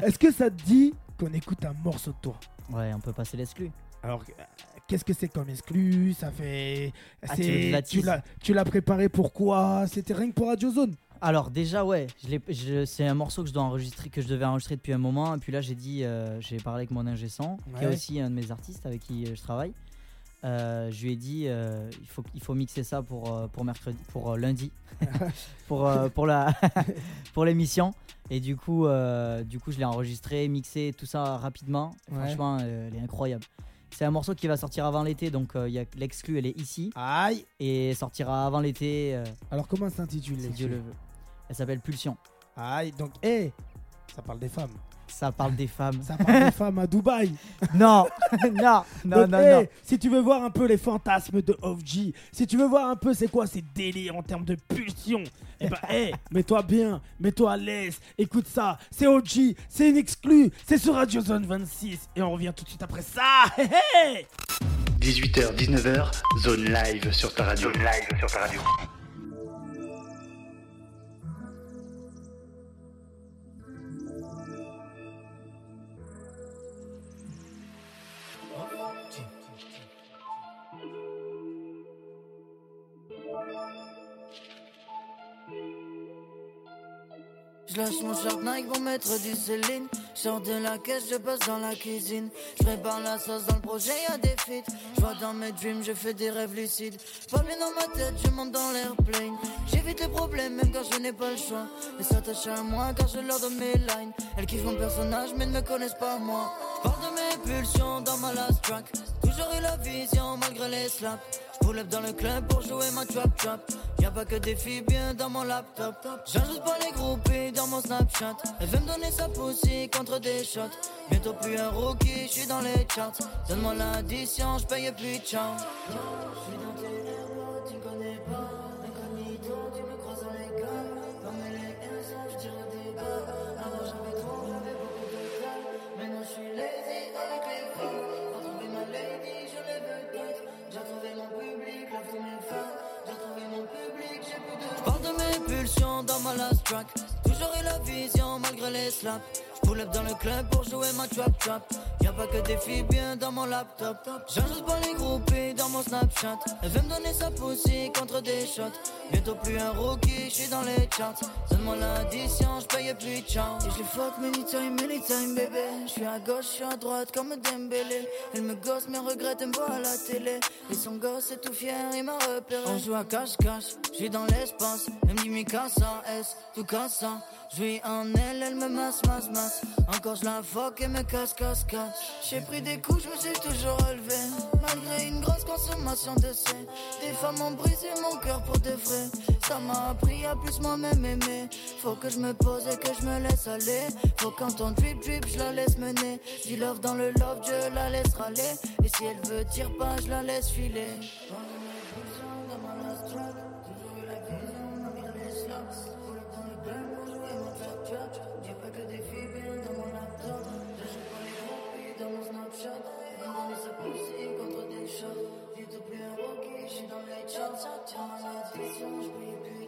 Speaker 3: Est-ce que ça te dit qu'on écoute un morceau de toi
Speaker 4: Ouais, on peut passer l'exclu.
Speaker 3: Alors, euh, qu'est-ce que c'est comme exclu Ça fait.
Speaker 4: Ah,
Speaker 3: c'est-
Speaker 4: tu veux de la
Speaker 3: tu
Speaker 4: tease
Speaker 3: l'as- tu l'as préparé pourquoi C'était rien que pour Radio Zone.
Speaker 4: Alors déjà ouais, je l'ai- je- c'est un morceau que je dois enregistrer, que je devais enregistrer depuis un moment. Et puis là j'ai dit, euh, j'ai parlé avec mon ingé son, qui est
Speaker 3: Ouais.
Speaker 4: aussi un de mes artistes avec qui euh, je travaille. Euh, je lui ai dit, euh, il faut il faut mixer ça pour euh, pour mercredi, pour euh, lundi, pour euh, pour la pour l'émission. Et du coup euh, du coup je l'ai enregistré, mixé tout ça rapidement.
Speaker 3: Ouais.
Speaker 4: Franchement, euh, elle est incroyable. C'est un morceau qui va sortir avant l'été, donc euh, il y a l'exclu, elle est ici
Speaker 3: Aïe
Speaker 4: et sortira avant l'été, euh,
Speaker 3: Alors, comment s'intitule
Speaker 4: si
Speaker 3: l'exclu
Speaker 4: Dieu le veut. Elle s'appelle Pulsion.
Speaker 3: Aïe, donc, hé Ça parle des femmes.
Speaker 4: Ça parle des femmes.
Speaker 3: Ça parle des femmes à Dubaï.
Speaker 4: Non, non, non,
Speaker 3: Donc,
Speaker 4: non,
Speaker 3: hey,
Speaker 4: non.
Speaker 3: Si tu veux voir un peu les fantasmes de OFG, si tu veux voir un peu c'est quoi ces délires en termes de pulsion, eh ben, hey, mets-toi bien, mets-toi à l'aise, écoute ça, c'est OG, c'est une exclue, c'est sur Radio Zone 26, et on revient tout de suite après ça. Hey, hey
Speaker 1: 18h, 19h, zone live sur ta radio. Zone live sur ta radio.
Speaker 2: Je lâche mon short Nike pour mettre du Céline. Je Sors de la caisse, je passe dans la cuisine. Je prépare la sauce dans le projet, y a des feats. Je vois dans mes dreams, je fais des rêves lucides. Je parle bien dans ma tête, je monte dans l'airplane. J'évite les problèmes même quand je n'ai pas le choix. Mais s'attachent à moi car je leur donne mes lines. Elles kiffent mon personnage mais ne me connaissent pas moi. Je parle de mes pulsions dans ma last track. Toujours eu la vision malgré les slaps. Je pull up dans le club pour jouer ma trap trap. Y'a pas que des filles bien dans mon laptop. J'ajoute pas les groupies dans mon Snapchat. Elle veut me donner sa poussée contre des shots. Bientôt plus un rookie, je suis dans les charts. Donne-moi l'addition, je paye plus de ciao. Je suis dans tes airports, tu me connais pas. Incognito, tu me croises dans les gars. Parmi les instants, je tire au débat. Avant j'avais trop, j'avais beaucoup de temps. Maintenant je suis lazy avec les filles. Retrouver ma lady, je les veux toutes. J'ai retrouvé mon public, la foule mes fans. J'ai retrouvé mon public, j'ai plus de. Je parle de mes pulsions dans ma last track. Toujours eu la vision malgré les slaps. Je pull up dans le club pour jouer ma trap trap. Y'a pas que des filles bien dans mon laptop. J'ajoute pas les groupes dans mon Snapchat. Elle veut me donner sa poussée contre des shots. Bientôt plus un rookie, je suis dans les charts. Donne-moi l'addition, je paye plus de chance. Et je les fuck many time, many time, bébé. Je suis à gauche, je suis à droite comme Dembélé. Elle me gosse, mais regrette, elle me voit à la télé. Et son gosse est tout fier, il m'a repéré. On joue à cache-cache, je suis dans l'espace. Elle me dit, mais casse en S, tout casse en. Je vis en elle, elle me masse, masse, masse. Encore je la fuck et me casse, casse, casse. J'ai pris des coups, je me suis toujours relevé. Malgré une grosse consommation de C. Des femmes ont brisé mon cœur pour de vrai. Ça m'a appris à plus moi-même aimer. Faut que je me pose et que je me laisse aller. Faut quand on drip, drip, je la laisse mener. Du love dans le love, je la laisse râler. Et si elle veut tire pas, je la laisse filer.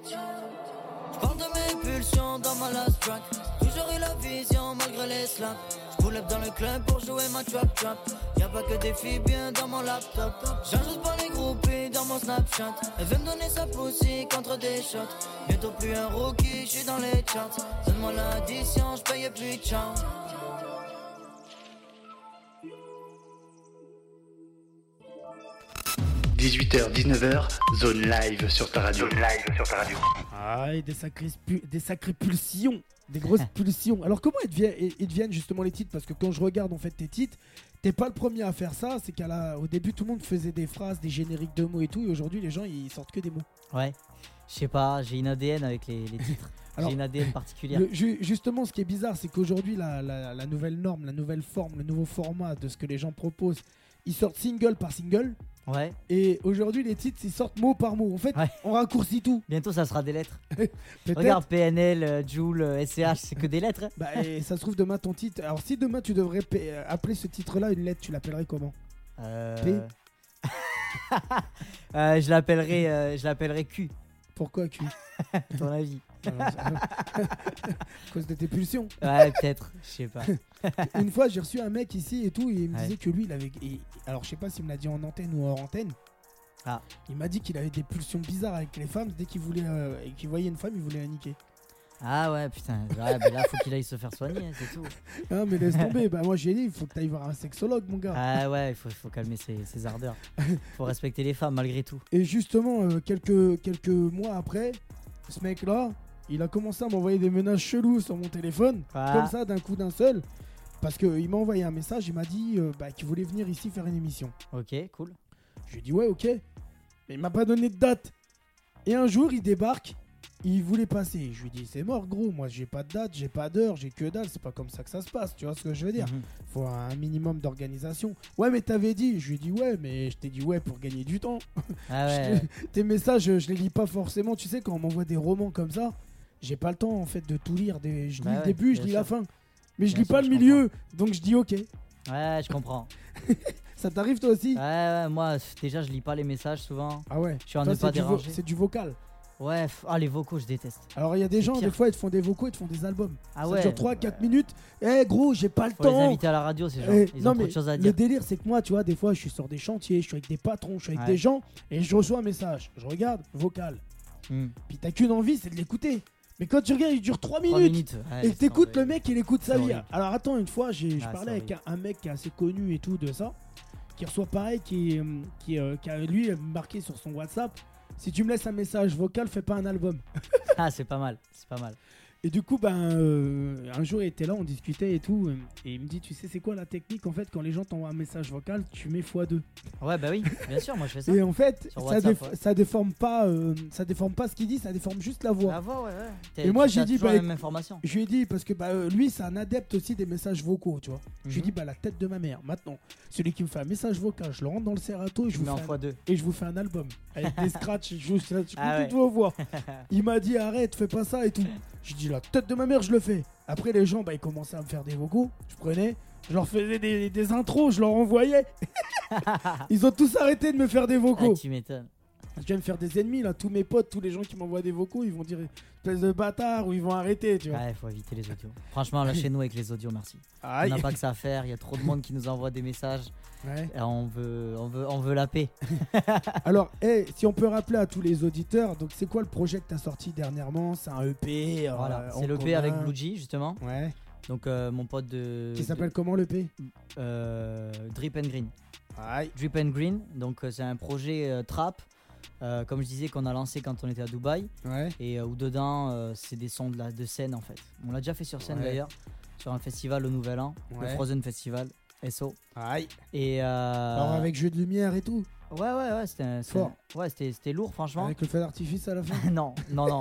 Speaker 2: Je parle de mes pulsions dans ma last track. Toujours eu la vision malgré les slaps. Je pull up dans le club pour jouer ma trap trap. Y'a pas que des filles bien dans mon laptop. J'ajoute pas les groupies dans mon Snapchat. Elle veut me donner sa poussée contre des shots. Bientôt plus un rookie, je suis dans les charts. Donne-moi l'addition, je paye plus de chance.
Speaker 1: 18h, 19h, zone live sur ta radio. live sur ta radio.
Speaker 3: Aïe, des sacrées, pu- des sacrées pulsions, des grosses pulsions. Alors comment ils deviennent, ils deviennent justement les titres Parce que quand je regarde en fait tes titres, t'es pas le premier à faire ça. C'est qu'à la- au début tout le monde faisait des phrases, des génériques de mots et tout, et aujourd'hui les gens ils sortent que des mots.
Speaker 4: Ouais. Je sais pas, j'ai une ADN avec les, les titres.
Speaker 3: Alors,
Speaker 4: j'ai une ADN particulière.
Speaker 3: Le- ju- justement, ce qui est bizarre, c'est qu'aujourd'hui la, la- la nouvelle norme, la nouvelle forme, le nouveau format de ce que les gens proposent, ils sortent single par single.
Speaker 4: Ouais.
Speaker 3: Et aujourd'hui, les titres, ils sortent mot par mot. En fait,
Speaker 4: Ouais.
Speaker 3: on raccourcit tout.
Speaker 4: Bientôt, ça sera des lettres.
Speaker 3: Peut-être.
Speaker 4: Regarde, PNL, euh, Joule, euh, SCH, c'est que des lettres. hein.
Speaker 3: Bah, et ça se trouve demain ton titre. Alors si demain tu devrais pa- euh, appeler ce titre-là une lettre, tu l'appellerais comment
Speaker 4: Euh... euh, je l'appellerai, euh, je l'appellerai Q,
Speaker 3: Pourquoi Q
Speaker 4: à ton avis.
Speaker 3: Alors, À cause de tes pulsions.
Speaker 4: Ouais, peut-être. Je sais pas.
Speaker 3: Une fois, j'ai reçu un mec ici et tout, et il me
Speaker 4: Ouais.
Speaker 3: disait que lui, il avait. et- alors je sais pas s'il me l'a dit en antenne ou hors antenne.
Speaker 4: Ah.
Speaker 3: Il m'a dit qu'il avait des pulsions bizarres avec les femmes. Dès qu'il voulait euh, et qu'il voyait une femme, il voulait la niquer.
Speaker 4: Ah ouais, putain. Ouais, mais là, faut qu'il aille se faire soigner, hein, c'est tout.
Speaker 3: Hein, mais laisse tomber. bah moi j'ai dit, il faut que t'ailles voir un sexologue, mon gars.
Speaker 4: Ah ouais, il faut, faut calmer ses, ses ardeurs. Faut respecter les femmes malgré tout.
Speaker 3: Et justement, euh, quelques, quelques mois après, ce mec-là, il a commencé à m'envoyer des menaces cheloues sur mon téléphone,
Speaker 4: Ah.
Speaker 3: comme ça, d'un coup d'un seul. Parce qu'il m'a envoyé un message, il m'a dit euh, bah, qu'il voulait venir ici faire une émission.
Speaker 4: Ok, cool.
Speaker 3: Je lui ai dit ouais, ok. Mais il m'a pas donné de date. Et un jour, il débarque, il voulait passer. Je lui ai dit c'est mort, gros, moi j'ai pas de date, j'ai pas d'heure, j'ai que dalle, c'est pas comme ça que ça se passe, tu vois ce que je veux dire
Speaker 4: Mhm.
Speaker 3: Faut un minimum d'organisation. Ouais, mais t'avais dit, je lui ai dit ouais, mais je t'ai dit ouais pour gagner du temps.
Speaker 4: Ah
Speaker 3: Je-
Speaker 4: ouais.
Speaker 3: Tes messages, je les lis pas forcément. Tu sais, quand on m'envoie des romans comme ça, j'ai pas le temps en fait de tout lire. Des... Je
Speaker 4: Bah
Speaker 3: lis le
Speaker 4: ouais,
Speaker 3: début, je
Speaker 4: bien
Speaker 3: lis
Speaker 4: sûr.
Speaker 3: la fin. Mais je
Speaker 4: Bien
Speaker 3: lis
Speaker 4: sûr,
Speaker 3: pas le
Speaker 4: je
Speaker 3: milieu. Donc je dis ok.
Speaker 4: Ouais, je comprends.
Speaker 3: Ça t'arrive toi aussi
Speaker 4: Ouais, ouais, moi, déjà, je lis pas les messages souvent.
Speaker 3: Ah ouais.
Speaker 4: Je suis en
Speaker 3: Toi,
Speaker 4: ne pas
Speaker 3: c'est du, vo-
Speaker 4: déranger.
Speaker 3: c'est du vocal.
Speaker 4: Ouais, f- ah, les vocaux, je déteste.
Speaker 3: Alors il y a des
Speaker 4: C'est
Speaker 3: gens, des
Speaker 4: pire.
Speaker 3: fois, ils te font des vocaux, ils te font des albums.
Speaker 4: Ah
Speaker 3: ça
Speaker 4: ouais.
Speaker 3: dure 3-4 minutes. Eh gros, j'ai pas le
Speaker 4: Faut les
Speaker 3: temps.
Speaker 4: inviter à la radio, ces gens.
Speaker 3: Eh,
Speaker 4: Ils
Speaker 3: non,
Speaker 4: ont trop
Speaker 3: mais
Speaker 4: de choses à
Speaker 3: Le
Speaker 4: dire.
Speaker 3: délire, c'est que moi, tu vois, des fois, je suis sur des chantiers, je suis avec des patrons, je suis avec
Speaker 4: Ouais.
Speaker 3: des gens, et je reçois un message. Je regarde, vocal.
Speaker 4: Hmm.
Speaker 3: Puis t'as qu'une envie, c'est de l'écouter. Mais quand tu regardes, il dure 3
Speaker 4: Trois
Speaker 3: minutes.
Speaker 4: ouais,
Speaker 3: Et
Speaker 4: Ah, laisse
Speaker 3: t'écoutes
Speaker 4: tomber.
Speaker 3: le mec, il écoute sa
Speaker 4: C'est
Speaker 3: vie.
Speaker 4: horrible.
Speaker 3: Alors attends, une fois, j'ai, je
Speaker 4: Ah,
Speaker 3: parlais avec
Speaker 4: c'est
Speaker 3: un, un mec qui est assez connu et tout de ça, qui reçoit pareil, qui, euh, qui, euh, qui a lui marqué sur son WhatsApp si tu me laisses un message vocal, fais pas un album.
Speaker 4: Ah, c'est pas mal, c'est pas mal.
Speaker 3: Et du coup, ben, euh, un jour, il était là, on discutait et tout, euh, et il me dit Tu sais, c'est quoi la technique en fait Quand les gens t'envoient un message vocal, tu mets x2.
Speaker 4: Ouais, bah oui, bien sûr, moi je fais ça.
Speaker 3: Et en fait,
Speaker 4: Sur
Speaker 3: ça,
Speaker 4: WhatsApp,
Speaker 3: déf-
Speaker 4: ouais.
Speaker 3: ça, déforme pas, euh, ça déforme pas ce qu'il dit, ça déforme juste la voix.
Speaker 4: La Bah, voix, ouais, ouais. T'es-
Speaker 3: Et moi,
Speaker 4: t'as
Speaker 3: j'ai dit,
Speaker 4: toujours
Speaker 3: bah,
Speaker 4: la même information.
Speaker 3: Je lui ai dit, parce que bah, euh, lui, c'est un adepte aussi des messages vocaux, tu vois. Je lui
Speaker 4: Mhm.
Speaker 3: dis, bah, la tête de ma mère. Maintenant, celui qui me fait un message vocal, je le rentre dans le serrato et je,
Speaker 4: Tu
Speaker 3: vous
Speaker 4: mets
Speaker 3: fais
Speaker 4: en
Speaker 3: un,
Speaker 4: x2.
Speaker 3: et je vous fais un album. Avec des scratchs, je vous je vous
Speaker 4: Ah
Speaker 3: dis
Speaker 4: ouais.
Speaker 3: toutes vos voix. Il m'a dit, arrête, fais pas ça et tout. Je lui dis, la tête de ma mère, je le fais. Après, les gens, bah, ils commençaient à me faire des vocaux. Je prenais, je leur faisais des, des intros, je leur envoyais. Ils ont tous arrêté de me faire des
Speaker 4: Ah,
Speaker 3: vocaux.
Speaker 4: tu m'étonnes. Ah,
Speaker 3: Je viens me faire des ennemis, là. Tous mes potes, tous les gens qui m'envoient des vocaux, ils vont dire, espèce de bâtard, ou ils vont arrêter, tu vois.
Speaker 4: Ouais, faut éviter les audios. Franchement, lâchez-nous avec les audios, merci. On
Speaker 3: Aïe.
Speaker 4: n'a pas que ça à faire, il y a trop de monde qui nous envoie des messages.
Speaker 3: Ouais.
Speaker 4: Et on, veut, on, veut, on veut la paix.
Speaker 3: Alors, eh, si on peut rappeler à tous les auditeurs, donc c'est quoi le projet que t'as sorti dernièrement C'est un EP. euh,
Speaker 4: Voilà,
Speaker 3: en
Speaker 4: c'est le P
Speaker 3: commun.
Speaker 4: avec Bluejay, justement.
Speaker 3: Ouais.
Speaker 4: Donc, euh, mon pote de.
Speaker 3: Qui
Speaker 4: de-
Speaker 3: s'appelle comment l'EP
Speaker 4: euh, Drip and Green.
Speaker 3: Aïe.
Speaker 4: Drip and Green, donc euh, c'est un projet euh, trap, euh, comme je disais, qu'on a lancé quand on était à Dubaï.
Speaker 3: Ouais.
Speaker 4: et euh, où dedans euh, c'est des sons de, la, de scène en fait. On l'a déjà fait sur scène
Speaker 3: Ouais.
Speaker 4: d'ailleurs, sur un festival au Nouvel An,
Speaker 3: Ouais.
Speaker 4: le Frozen Festival, SO.
Speaker 3: Aïe.
Speaker 4: Et euh,
Speaker 3: Alors, avec jeu de lumière et tout
Speaker 4: ouais ouais ouais c'était un-
Speaker 3: Fort.
Speaker 4: c'est un- ouais c'était c'était lourd franchement.
Speaker 3: Avec le feu d'artifice à la fin
Speaker 4: non non non.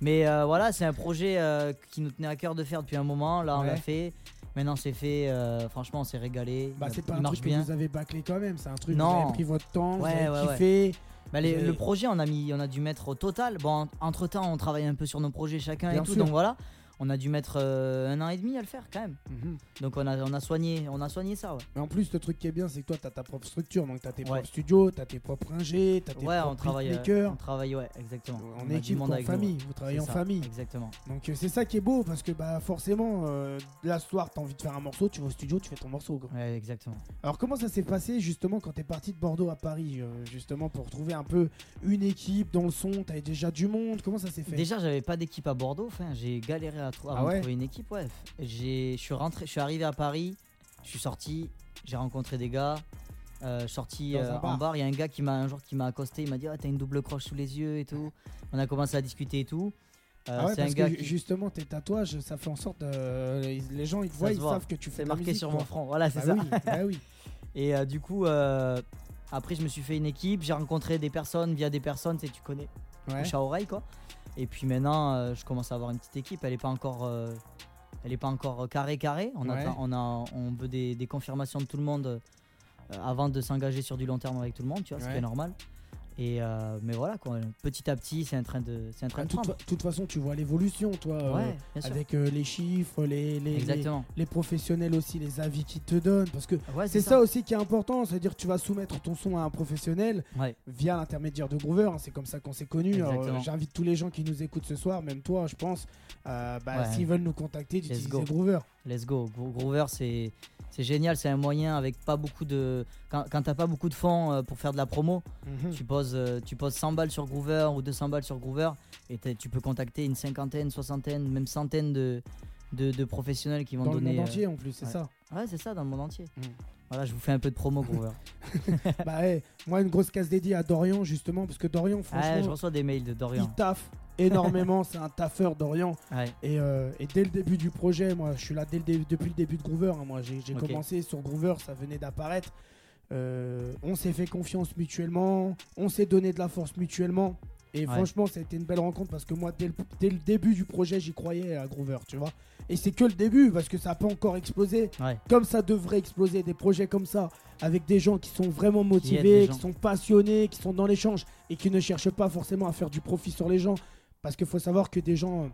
Speaker 4: Mais euh, voilà c'est un projet euh, qui nous tenait à cœur de faire depuis un moment. Là on
Speaker 3: Ouais.
Speaker 4: l'a fait. Maintenant c'est fait. euh, franchement on s'est régalé.
Speaker 3: Bah,
Speaker 4: Il-
Speaker 3: c'est pas
Speaker 4: il
Speaker 3: un
Speaker 4: marche
Speaker 3: truc
Speaker 4: bien.
Speaker 3: que vous avez bâclé quand même, c'est un truc
Speaker 4: Non.
Speaker 3: vous avez pris votre temps,
Speaker 4: Ouais,
Speaker 3: vous avez
Speaker 4: ouais,
Speaker 3: kiffé.
Speaker 4: Bah, les-
Speaker 3: Vous avez-
Speaker 4: Le projet, on a, mis, on a dû mettre au total. Bon, entre temps, on travaille un peu sur nos projets chacun
Speaker 3: Bien
Speaker 4: et tout.
Speaker 3: sûr.
Speaker 4: Donc voilà, on a dû mettre euh, un an et demi à le faire quand même.
Speaker 3: Mhm.
Speaker 4: Donc on a, on a, soigné, on a soigné ça. Ouais,
Speaker 3: Mais en plus, le truc qui est bien, c'est que toi, t'as ta propre structure. Donc, t'as tes
Speaker 4: Ouais.
Speaker 3: propres studios, t'as tes propres ingés, t'as tes
Speaker 4: ouais
Speaker 3: propres
Speaker 4: on travaille. euh,
Speaker 3: beatmakers.
Speaker 4: on travaille, ouais, exactement. On a
Speaker 3: En
Speaker 4: du
Speaker 3: équipe,
Speaker 4: monde
Speaker 3: en
Speaker 4: avec nous, ouais.
Speaker 3: famille. Vous travaillez
Speaker 4: C'est
Speaker 3: en
Speaker 4: ça,
Speaker 3: famille.
Speaker 4: Exactement.
Speaker 3: Donc euh, c'est ça qui est beau parce que bah forcément euh, la soir t'as envie de faire un morceau, tu vas au studio, tu fais ton morceau. quoi.
Speaker 4: Ouais, exactement.
Speaker 3: Alors comment ça s'est passé justement quand t'es parti de Bordeaux à Paris euh, justement pour trouver un peu une équipe dans le son, t'avais déjà du monde, comment ça s'est fait
Speaker 4: Déjà, j'avais pas d'équipe à Bordeaux. Enfin, j'ai galéré à, trou-
Speaker 3: Ah
Speaker 4: avant de
Speaker 3: ouais
Speaker 4: trouver une équipe. Ouais. J'ai- Je suis rentré, je suis arrivé à Paris. Je suis sorti. J'ai rencontré des gars. euh, sorti
Speaker 3: Dans un
Speaker 4: euh, en
Speaker 3: bar.
Speaker 4: bar. Il y a un gars qui m'a un jour qui m'a accosté, il m'a dit ah t'as une double croche sous les yeux et tout. On a commencé à discuter et tout. Euh,
Speaker 3: Ah ouais,
Speaker 4: c'est un
Speaker 3: parce
Speaker 4: gars
Speaker 3: que
Speaker 4: qui-
Speaker 3: justement, tes tatouages, ça fait en sorte. euh, les gens, ils te
Speaker 4: Ça
Speaker 3: voient,
Speaker 4: se
Speaker 3: ils
Speaker 4: voit.
Speaker 3: savent que tu fais
Speaker 4: c'est
Speaker 3: de la
Speaker 4: marqué
Speaker 3: musique,
Speaker 4: sur
Speaker 3: quoi.
Speaker 4: mon front. Voilà c'est
Speaker 3: Bah
Speaker 4: ça.
Speaker 3: oui, bah oui.
Speaker 4: Et euh, du coup euh, après je me suis fait une équipe, j'ai rencontré des personnes via des personnes, tu sais, tu connais.
Speaker 3: Ouais.
Speaker 4: bouche à oreille quoi. Et puis maintenant, euh, je commence à avoir une petite équipe. Elle est pas encore, euh, elle est pas encore carré carré. On
Speaker 3: Ouais.
Speaker 4: attend- on a, on veut des, des confirmations de tout le monde euh, avant de s'engager sur du long terme avec tout le monde, tu vois, ce qui
Speaker 3: Ouais.
Speaker 4: est normal. Et euh, mais voilà quoi, petit à petit, c'est en train de, c'est en train
Speaker 3: De
Speaker 4: de
Speaker 3: Bah, toute,
Speaker 4: prendre.
Speaker 3: fa- toute façon, tu vois l'évolution, toi. euh,
Speaker 4: ouais, bien sûr.
Speaker 3: avec euh, les chiffres, les, les, les,
Speaker 4: Exactement.
Speaker 3: les professionnels aussi, les avis qu'ils te donnent. Parce que
Speaker 4: Ouais,
Speaker 3: c'est ça. aussi qui est important, c'est-à-dire que tu vas soumettre ton son à un professionnel
Speaker 4: Ouais.
Speaker 3: via l'intermédiaire de Groover. hein, c'est comme ça qu'on s'est connus. Alors, euh,
Speaker 4: Exactement.
Speaker 3: J'invite tous les gens qui nous écoutent ce soir, même toi, je pense, euh, bah,
Speaker 4: Ouais.
Speaker 3: s'ils veulent nous contacter,
Speaker 4: go.
Speaker 3: d'utiliser Groover.
Speaker 4: Let's go. Gro- Groover, c'est c'est génial. C'est un moyen avec pas beaucoup de, quand, quand t'as pas beaucoup de fonds euh, pour faire de la promo,
Speaker 3: Mhm.
Speaker 4: Tu poses, euh, tu poses 100 balles sur Groover ou 200 balles sur Groover et t'as- tu peux contacter une cinquantaine, soixantaine, même centaine de, de, de professionnels qui vont
Speaker 3: Dans le
Speaker 4: donner.
Speaker 3: monde
Speaker 4: euh,
Speaker 3: entier, en plus, c'est
Speaker 4: ouais.
Speaker 3: ça.
Speaker 4: Ouais, c'est ça, dans le monde entier.
Speaker 3: Mm.
Speaker 4: Voilà, je vous fais un peu de promo Groover.
Speaker 3: bah, ouais, moi, une grosse case dédiée à Dorian, justement, parce que Dorian,
Speaker 4: Ah, je
Speaker 3: franchement,
Speaker 4: reçois des mails de
Speaker 3: il
Speaker 4: Dorian.
Speaker 3: taffe énormément. c'est un taffeur, Dorian.
Speaker 4: Ouais,
Speaker 3: Et, euh, et dès le début du projet, moi je suis là dès le dé- depuis le début de Groover. hein, moi j'ai j'ai
Speaker 4: Ok.
Speaker 3: commencé sur Groover, ça venait d'apparaître. Euh, on s'est fait confiance mutuellement, on s'est donné de la force mutuellement. Et
Speaker 4: Ouais.
Speaker 3: franchement, ça a été une belle rencontre parce que moi, dès le, dès le début du projet, j'y croyais à Groover, tu vois. Et c'est que le début parce que ça n'a pas encore explosé
Speaker 4: ouais,
Speaker 3: comme ça devrait exploser. Des projets comme ça, avec des gens qui sont vraiment
Speaker 4: aident les
Speaker 3: motivés, qui,
Speaker 4: gens.
Speaker 3: sont passionnés, qui sont dans l'échange et qui ne cherchent pas forcément à faire du profit sur les gens. Parce qu'il faut savoir que des gens euh,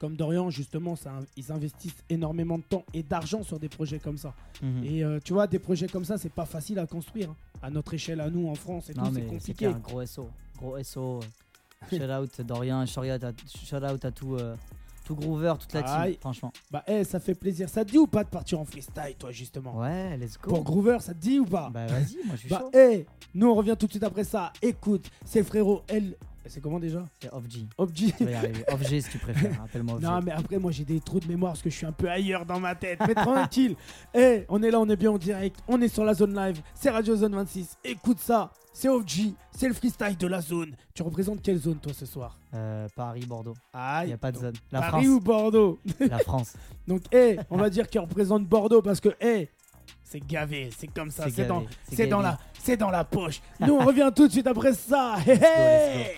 Speaker 3: comme Dorian, justement, ça, ils investissent énormément de temps et d'argent sur des projets comme ça.
Speaker 4: Mhm.
Speaker 3: Et euh, tu vois, des projets comme ça, c'est pas facile à construire. hein. À notre échelle, à nous, en France, et
Speaker 4: Non,
Speaker 3: tout, c'est
Speaker 4: mais c'est
Speaker 3: compliqué.
Speaker 4: clair, un gros SO. Gros SO. euh, Shout out Dorian, shout out à, shout out à tout, euh, tout Groover, toute la team,
Speaker 3: Aïe.
Speaker 4: franchement.
Speaker 3: Bah, eh, ça fait plaisir. Ça te dit ou pas de partir en freestyle, toi, justement
Speaker 4: Ouais, let's go.
Speaker 3: Pour Groover, ça te dit ou pas
Speaker 4: Bah, vas-y, moi je suis
Speaker 3: Bah,
Speaker 4: chaud.
Speaker 3: eh, nous on revient tout de suite après ça. Écoute, c'est le frérot L. C'est comment déjà
Speaker 4: C'est Off G.
Speaker 3: Obji.
Speaker 4: Tu vas y arriver. Off G si tu préfères, appelle-moi Off G.
Speaker 3: Non, mais après, moi j'ai des trous de mémoire parce que je suis un peu ailleurs dans ma tête. Mais tranquille. Eh, on est là, on est bien en direct. On est sur la zone live. C'est Radio Zone 26. Écoute ça. C'est Obji. C'est le freestyle de la zone. Tu représentes quelle zone toi ce soir
Speaker 4: Euh, Paris, Bordeaux.
Speaker 3: Aïe.
Speaker 4: Il n'y a pas de zone. La
Speaker 3: Paris
Speaker 4: France.
Speaker 3: ou Bordeaux
Speaker 4: La France.
Speaker 3: Donc, eh, on va dire qu'il représente Bordeaux parce que, eh, c'est gavé. C'est comme ça.
Speaker 4: C'est
Speaker 3: C'est
Speaker 4: gavé,
Speaker 3: dans,
Speaker 4: c'est
Speaker 3: c'est dans
Speaker 4: gavé.
Speaker 3: la, c'est dans la poche. Nous on revient tout de suite après ça. Hey, hey.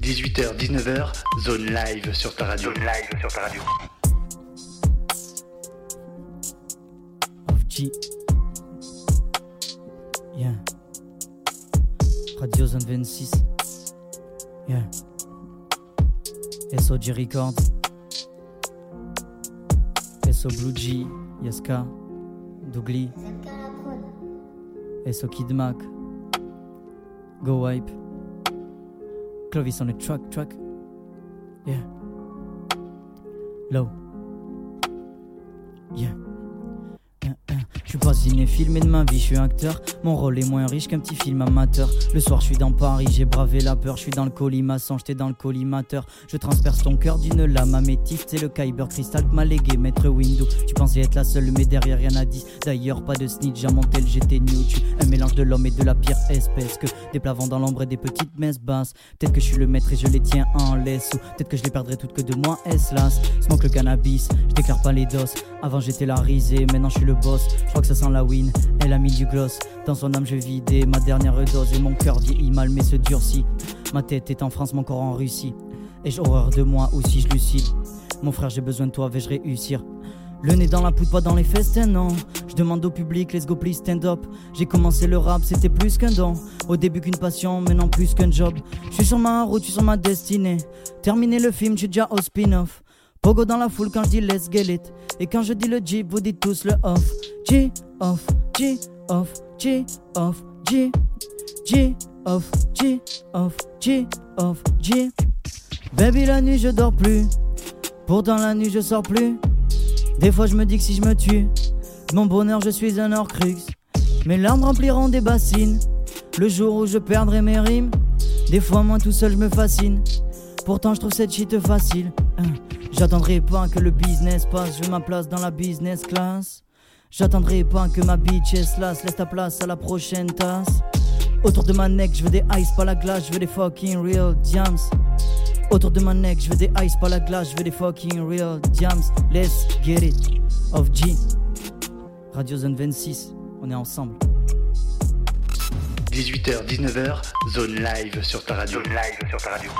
Speaker 1: 18h, 19h, zone live sur ta radio. Zone live sur ta radio.
Speaker 4: Off G. Yeah. Radio Zone 26. Yeah. SOG Records. SO Blue G. Yaska. Dougly. SO Kid Mac. Go Wipe. Clovis on the track, track. Yeah. Low. Yeah. Je suis pas ciné-filmé de ma vie, je suis acteur. Mon rôle est moins riche qu'un petit film amateur. Le soir, je suis dans Paris, j'ai bravé la peur. Je suis dans le colimaçon, j'étais dans le collimateur. Je transperce ton cœur d'une lame améthyste. C'est le Kyber Crystal que m'a légué Maître Window. Tu pensais être la seule, mais derrière rien à 10. D'ailleurs, pas de snitch à mon tel, j'étais new. Tu un mélange de l'homme et de la pire espèce. Que des plavants dans l'ombre et des petites messes basses. Peut-être que je suis le maître et je les tiens en laisse. Ou peut-être que je les perdrai toutes que de moi, est las Smoke le cannabis, je déclare pas les doses. Avant j'étais la risée, maintenant je suis le boss. Je crois que ça sent la win, elle a mis du gloss. Dans son âme, je vidais ma dernière dose. Et mon cœur vieillit mal, mais se durcit. Ma tête est en France, mon corps en Russie. Et j'ai horreur de moi aussi, je lucide. Mon frère, j'ai besoin de toi, vais-je réussir le nez dans la poudre, pas dans les festins, non. Je demande au public, let's go please stand up. J'ai commencé le rap, c'était plus qu'un don. Au début qu'une passion, maintenant plus qu'un job. Je suis sur ma route, je suis sur ma destinée. Terminé le film, je suis déjà au spin-off. Pogo dans la foule quand je dis let's get it. Et quand je dis le Jeep, vous dites tous le off. G off, G off, G off, G. G off, G off, G off, G. Baby, la nuit je dors plus. Pourtant la nuit je sors plus. Des fois je me dis que si je me tue, de mon bonheur je suis un orcrux. Mes larmes rempliront des bassines. Le jour où je perdrai mes rimes, des fois moi tout seul je me fascine. Pourtant je trouve cette shit facile. Hein. J'attendrai pas que le business passe, je veux ma place dans la business class. J'attendrai pas que ma bitch se lasse, laisse ta place à la prochaine tasse. Autour de ma neck, je veux des ice, pas la glace, je veux des fucking real diams. Autour de ma neck, je veux des ice, pas la glace, je veux des fucking real diams. Let's get it. Of G. Radio Zone 26, on est ensemble.
Speaker 1: 18h, 19h, zone live sur ta radio. live sur ta radio.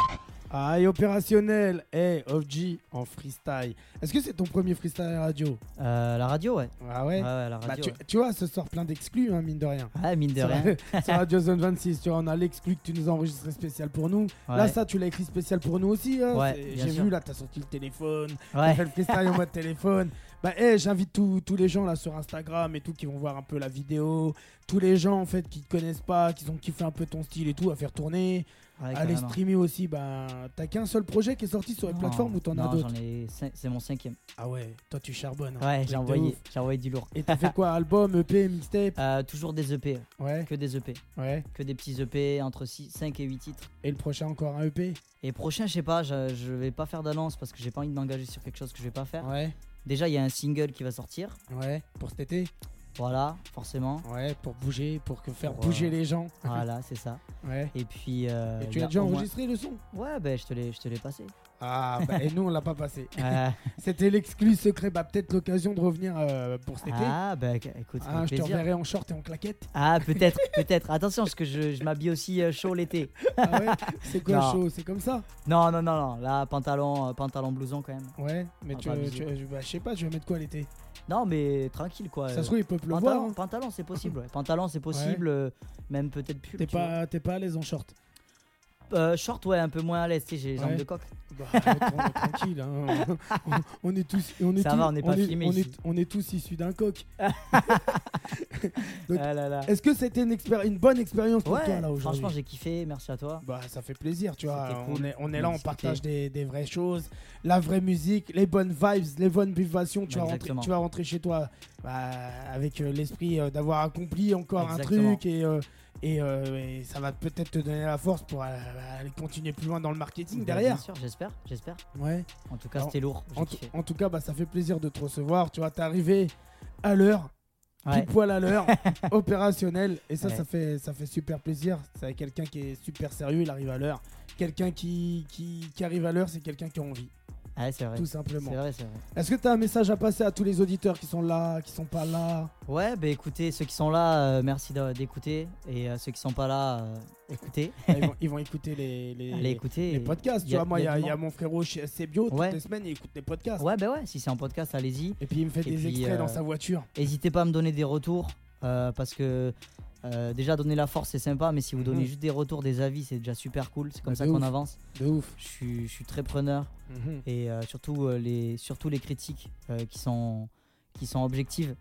Speaker 3: Aïe, opérationnel. Hey, OFG en freestyle. Est-ce que c'est ton premier freestyle à la radio
Speaker 4: Euh, la radio, ouais.
Speaker 3: Ah ouais,
Speaker 4: Ouais, ouais, la radio.
Speaker 3: Bah, tu,
Speaker 4: ouais.
Speaker 3: tu vois, ce soir plein d'exclus, hein, mine de rien.
Speaker 4: Ah, mine de
Speaker 3: Sur-
Speaker 4: rien.
Speaker 3: Sur Radio Zone 26, tu vois, on a l'exclu que tu nous as enregistré spécial pour nous. Là,
Speaker 4: Ouais.
Speaker 3: ça, tu l'as écrit spécial pour nous aussi. hein.
Speaker 4: Ouais,
Speaker 3: C'est-
Speaker 4: bien
Speaker 3: J'ai
Speaker 4: sûr.
Speaker 3: vu, là, t'as sorti le téléphone. T'as
Speaker 4: Ouais.
Speaker 3: fait le freestyle en mode téléphone. Bah, hey, j'invite tous tous les gens là sur Instagram et tout qui vont voir un peu la vidéo. Tous les gens en fait qui te connaissent pas, qui ont kiffé un peu ton style et tout, à faire tourner.
Speaker 4: Ouais,
Speaker 3: à les
Speaker 4: carrément.
Speaker 3: streamer aussi. Bah, t'as qu'un seul projet qui est sorti sur les
Speaker 4: Non,
Speaker 3: plateformes euh, ou t'en as
Speaker 4: non,
Speaker 3: d'autres
Speaker 4: j'en ai cin- C'est mon cinquième.
Speaker 3: Ah ouais, toi, tu charbonnes. hein,
Speaker 4: Ouais,
Speaker 3: truc
Speaker 4: j'ai
Speaker 3: de
Speaker 4: envoyé,
Speaker 3: ouf.
Speaker 4: j'ai envoyé du lourd.
Speaker 3: Et t'as fait quoi Album, EP, mixtape
Speaker 4: Euh, toujours des EP,
Speaker 3: Ouais,
Speaker 4: que des EP.
Speaker 3: ouais.
Speaker 4: Que des petits EP entre 5 et 8 titres.
Speaker 3: Et le prochain, encore un E EP
Speaker 4: Et prochain, je sais pas, je, je vais pas faire d'annonce parce que j'ai pas envie de m'engager sur quelque chose que je vais pas faire.
Speaker 3: Ouais.
Speaker 4: Déjà, il y a un single qui va sortir.
Speaker 3: Ouais, pour cet été.
Speaker 4: Voilà, forcément.
Speaker 3: Ouais, pour bouger, pour que faire
Speaker 4: Pour,
Speaker 3: bouger
Speaker 4: euh,
Speaker 3: les gens.
Speaker 4: Voilà, c'est ça.
Speaker 3: Ouais.
Speaker 4: Et puis. euh,
Speaker 3: Et
Speaker 4: il
Speaker 3: tu
Speaker 4: y
Speaker 3: as
Speaker 4: a
Speaker 3: déjà
Speaker 4: au moins-
Speaker 3: enregistré le son
Speaker 4: Ouais, ben je te l'ai je te l'ai passé.
Speaker 3: Ah, bah, et nous on l'a pas passé.
Speaker 4: Euh,
Speaker 3: C'était l'exclu secret, bah peut-être l'occasion de revenir euh, pour cet été.
Speaker 4: ah, ben écoute,
Speaker 3: Hein,
Speaker 4: avec
Speaker 3: je te
Speaker 4: plaisir.
Speaker 3: reverrai en short et en claquette.
Speaker 4: Ah, peut-être, peut-être. Attention, parce que je, je m'habille aussi euh, chaud l'été.
Speaker 3: Ah ouais c'est quoi
Speaker 4: Non.
Speaker 3: chaud C'est comme ça
Speaker 4: Non, non, non, non. Là, pantalon, euh, pantalon blouson quand même.
Speaker 3: Ouais, mais
Speaker 4: Ah,
Speaker 3: tu,
Speaker 4: bah, bisous. Euh,
Speaker 3: tu- euh, bah, je sais pas, tu vas mettre quoi l'été
Speaker 4: Non, mais tranquille quoi.
Speaker 3: Ça se trouve, il peut pleuvoir.
Speaker 4: pantalon,
Speaker 3: hein.
Speaker 4: pantalon, c'est possible. ouais. Pantalon, c'est possible. euh, même peut-être pull.
Speaker 3: T'es
Speaker 4: tu vois.
Speaker 3: pas, t'es pas à l'aise en short.
Speaker 4: Euh, short, ouais, un peu moins à l'aise. tu sais, J'ai les jambes
Speaker 3: Ouais.
Speaker 4: de coq.
Speaker 3: Bah, tran- tranquille, hein. on, on est tous, on est
Speaker 4: Ça
Speaker 3: tous-
Speaker 4: va, on n'est pas filmés
Speaker 3: on
Speaker 4: ici.
Speaker 3: est- on est tous issus d'un coq. Donc,
Speaker 4: Ah là là.
Speaker 3: Est-ce que c'était une, expéri- une bonne expérience pour toi là
Speaker 4: Ouais,
Speaker 3: aujourd'hui
Speaker 4: franchement, j'ai kiffé. Merci à toi.
Speaker 3: Bah, ça fait plaisir, tu vois.
Speaker 4: C'était
Speaker 3: On
Speaker 4: cool
Speaker 3: est, on est
Speaker 4: de
Speaker 3: là, on
Speaker 4: discuter.
Speaker 3: partage des, des vraies choses, la vraie musique, les bonnes vibes, les bonnes vibrations. Tu, vas rentrer,
Speaker 4: Exactement.
Speaker 3: tu vas rentrer chez toi bah, avec euh, l'esprit euh, d'avoir accompli encore un
Speaker 4: Exactement.
Speaker 3: truc et, euh, et, euh, et ça va peut-être te donner la force pour euh, aller continuer plus loin dans le marketing
Speaker 4: Bien-
Speaker 3: Mmh, derrière.
Speaker 4: Bien sûr, j'espère, j'espère.
Speaker 3: Ouais.
Speaker 4: En tout cas,
Speaker 3: En-
Speaker 4: c'était lourd. J'ai
Speaker 3: En, tout-
Speaker 4: kiffé.
Speaker 3: en tout cas, bah, ça fait plaisir de te recevoir. Tu vois, t'es arrivé à l'heure,
Speaker 4: Ouais.
Speaker 3: pile poil à l'heure, opérationnel. Et ça,
Speaker 4: Ouais.
Speaker 3: ça, fait, ça fait super plaisir. C'est quelqu'un qui est super sérieux, il arrive à l'heure. Quelqu'un qui, qui, qui arrive à l'heure, c'est quelqu'un qui a envie,
Speaker 4: Ouais, Ah, c'est vrai.
Speaker 3: tout
Speaker 4: C'est
Speaker 3: simplement.
Speaker 4: vrai, c'est vrai.
Speaker 3: Est-ce que tu as un message à passer à tous les auditeurs qui sont là, qui sont pas là
Speaker 4: Ouais, bah écoutez, ceux qui sont là, euh, merci d'a- d'écouter. Et euh, ceux qui sont pas là, euh, écoutez.
Speaker 3: ils vont, ils vont écouter les, les,
Speaker 4: Allez écouter.
Speaker 3: les podcasts. Tu
Speaker 4: y a-
Speaker 3: vois, moi, il y,
Speaker 4: du
Speaker 3: a- il y a
Speaker 4: monde.
Speaker 3: mon frérot chez Sebio, toutes
Speaker 4: Ouais.
Speaker 3: les semaines, il écoute des podcasts.
Speaker 4: Ouais, bah ouais, si c'est en podcast, allez-y.
Speaker 3: Et puis, il me fait
Speaker 4: Et
Speaker 3: des
Speaker 4: puis,
Speaker 3: extraits dans
Speaker 4: euh,
Speaker 3: sa voiture.
Speaker 4: N'hésitez pas à me donner des retours euh, parce que euh, déjà donner la force c'est sympa, mais si vous donnez
Speaker 3: Mhm.
Speaker 4: juste des retours, des avis, c'est déjà super cool. C'est comme
Speaker 3: Bah,
Speaker 4: ça
Speaker 3: de
Speaker 4: qu'on
Speaker 3: ouf.
Speaker 4: avance.
Speaker 3: De ouf.
Speaker 4: Je suis, je suis très preneur
Speaker 3: Mhm.
Speaker 4: et euh, surtout, euh, les, surtout les critiques euh, qui, sont, qui sont objectives.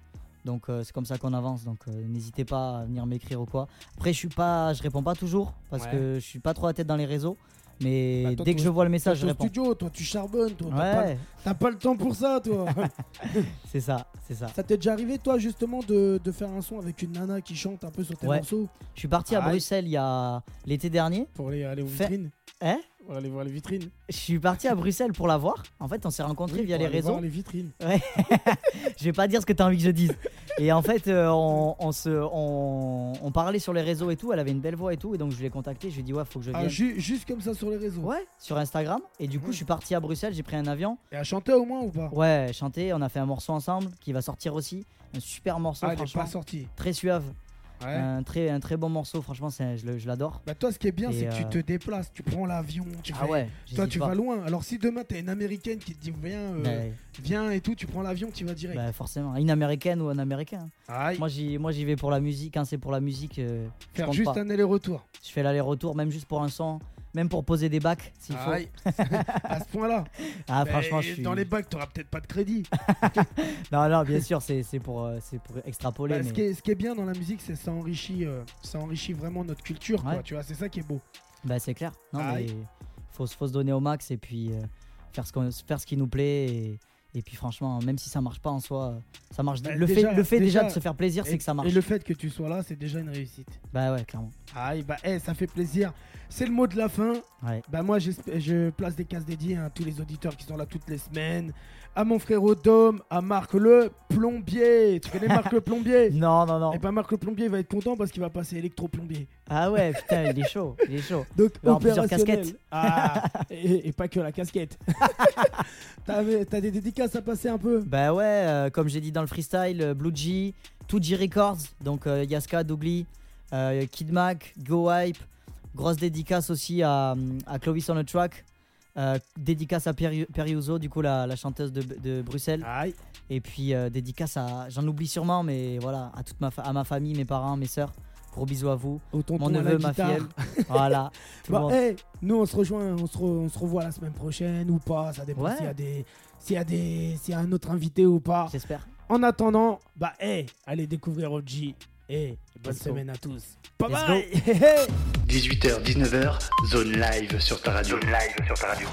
Speaker 4: Donc euh, c'est comme ça qu'on avance. Donc euh, n'hésitez pas à venir m'écrire ou quoi. Après je suis pas, je réponds pas toujours parce
Speaker 3: Ouais.
Speaker 4: que je suis pas trop à tête dans les réseaux. Mais
Speaker 3: Bah, toi,
Speaker 4: dès que
Speaker 3: t'es
Speaker 4: je vois le
Speaker 3: Toi,
Speaker 4: message,
Speaker 3: t'es
Speaker 4: je
Speaker 3: au
Speaker 4: réponds.
Speaker 3: studio, toi, tu charbonnes, toi. t'as pas le-
Speaker 4: Ouais,
Speaker 3: T'as pas le temps pour ça, toi.
Speaker 4: c'est ça, c'est ça.
Speaker 3: ça t'est déjà arrivé, toi, justement, de, de faire un son avec une nana qui chante un peu sur tes
Speaker 4: Ouais.
Speaker 3: morceaux
Speaker 4: Je suis parti à
Speaker 3: Aïe.
Speaker 4: Bruxelles il y a l'été dernier.
Speaker 3: pour aller, aller aux
Speaker 4: Fait-
Speaker 3: vitrines
Speaker 4: Hein
Speaker 3: Pour aller voir les vitrines.
Speaker 4: Je suis parti à Bruxelles pour la voir. En fait, on s'est rencontrés
Speaker 3: Oui,
Speaker 4: via
Speaker 3: pour
Speaker 4: les
Speaker 3: aller voir
Speaker 4: réseaux.
Speaker 3: les vitrines.
Speaker 4: Je vais pas dire ce que t'as envie que je dise. Et en fait, euh, on, on se, on, on parlait sur les réseaux et tout. Elle avait une belle voix et tout. Et donc, je l'ai contactée. Je lui ai dit, ouais, faut que je
Speaker 3: Ah,
Speaker 4: vienne
Speaker 3: ju- juste comme ça sur les réseaux.
Speaker 4: Ouais, sur Instagram. Et du coup,
Speaker 3: Mhm.
Speaker 4: je suis parti à Bruxelles. J'ai pris un avion.
Speaker 3: Et à chanter au moins ou pas
Speaker 4: Ouais, chanter. On a fait un morceau ensemble qui va sortir aussi. Un super morceau,
Speaker 3: Ah, elle est
Speaker 4: franchement.
Speaker 3: pas sortie.
Speaker 4: Très suave.
Speaker 3: Ouais.
Speaker 4: Un, très, un très bon morceau. Franchement, c'est- je le- je l'adore.
Speaker 3: Bah, toi, ce qui est bien,
Speaker 4: Et,
Speaker 3: c'est que tu
Speaker 4: euh,
Speaker 3: te déplaces, tu prends l'avion. tu
Speaker 4: Ah
Speaker 3: fais-
Speaker 4: ouais,
Speaker 3: Toi,
Speaker 4: j'hésite
Speaker 3: tu
Speaker 4: pas.
Speaker 3: vas loin. Alors, si demain, t'as une américaine qui te dit, viens, euh,
Speaker 4: Ben,
Speaker 3: viens et tout, tu prends l'avion, tu vas direct.
Speaker 4: ben, forcément, une américaine ou un américain.
Speaker 3: Aïe.
Speaker 4: Moi, j'y moi, j'y vais pour la musique. Quand c'est pour la musique, euh, je
Speaker 3: Faire
Speaker 4: compte
Speaker 3: juste
Speaker 4: pas.
Speaker 3: un aller-retour.
Speaker 4: Je fais l'aller-retour, même juste pour un son, même pour poser des bacs, s'il faut.
Speaker 3: Aïe. à ce point-là.
Speaker 4: Ah,
Speaker 3: Bah,
Speaker 4: franchement, je
Speaker 3: et
Speaker 4: suis.
Speaker 3: Dans les bacs, t'auras peut-être pas de crédit.
Speaker 4: Non, non, bien sûr, c'est c'est pour, euh, c'est pour extrapoler.
Speaker 3: Bah,
Speaker 4: mais...
Speaker 3: ce, qui est, ce qui est bien dans la musique, c'est que ça enrichit, euh, ça enrichit vraiment notre culture, quoi,
Speaker 4: Ouais.
Speaker 3: tu vois, c'est ça qui est beau.
Speaker 4: Bah, c'est clair. Non,
Speaker 3: Aïe.
Speaker 4: mais faut, se- faut se donner au max et puis euh, faire, ce qu'on- faire ce qui nous plaît. Et, et puis, franchement, même si ça marche pas en soi, euh, ça marche.
Speaker 3: Bah,
Speaker 4: le,
Speaker 3: déjà-
Speaker 4: fait, le fait déjà,
Speaker 3: déjà-
Speaker 4: de se faire plaisir,
Speaker 3: Et-
Speaker 4: c'est que ça marche.
Speaker 3: Et le fait que tu sois là, c'est déjà une réussite.
Speaker 4: Bah, ouais, clairement.
Speaker 3: Aïe, bah, eh, ça fait plaisir. C'est le mot de la fin.
Speaker 4: Ouais.
Speaker 3: Bah moi, j'espère- je place des cases dédiées à tous les auditeurs qui sont là toutes les semaines. À mon frère Tom, à Marc le plombier. Tu connais Marc le plombier
Speaker 4: Non, non, non.
Speaker 3: Et ben Marc le plombier il va être content parce qu'il va passer électro-plombier.
Speaker 4: Ah ouais, putain, il est chaud, il est chaud.
Speaker 3: Donc
Speaker 4: Il va avoir plusieurs
Speaker 3: opérationnel.
Speaker 4: casquettes.
Speaker 3: Ah, et, et pas que la casquette. T'as t'as des dédicaces à passer un peu
Speaker 4: Bah ouais, euh, comme j'ai dit dans le freestyle, euh, Blue G, 2G Records, donc euh, Yaska, Dougly, euh, Kid Mac, Go Hype. Grosse dédicace aussi à, à Clovis on the Track. euh, dédicace à Peri- Periuso, du coup la, la chanteuse de, de Bruxelles.
Speaker 3: Aïe.
Speaker 4: Et puis euh, dédicace à, j'en oublie sûrement, mais voilà, à toute ma, fa- à ma famille, mes parents, mes sœurs. Gros bisous à vous.
Speaker 3: Au tonton,
Speaker 4: Mon
Speaker 3: à la
Speaker 4: neveu, ma
Speaker 3: guitare.
Speaker 4: fille. voilà. Tout le
Speaker 3: Bah,
Speaker 4: monde.
Speaker 3: hey, nous on se rejoint, on se, re- on se revoit la semaine prochaine ou pas, ça dépend
Speaker 4: Ouais.
Speaker 3: s'il y a des s'il y a des s'il y a un autre invité ou pas.
Speaker 4: J'espère.
Speaker 3: En attendant, bah hey, allez découvrir OG et bonne
Speaker 4: Let's go.
Speaker 3: semaine à tous. Bye
Speaker 4: Let's
Speaker 3: bye.
Speaker 1: 18h, 19h, zone live sur ta radio. Zone live sur ta radio.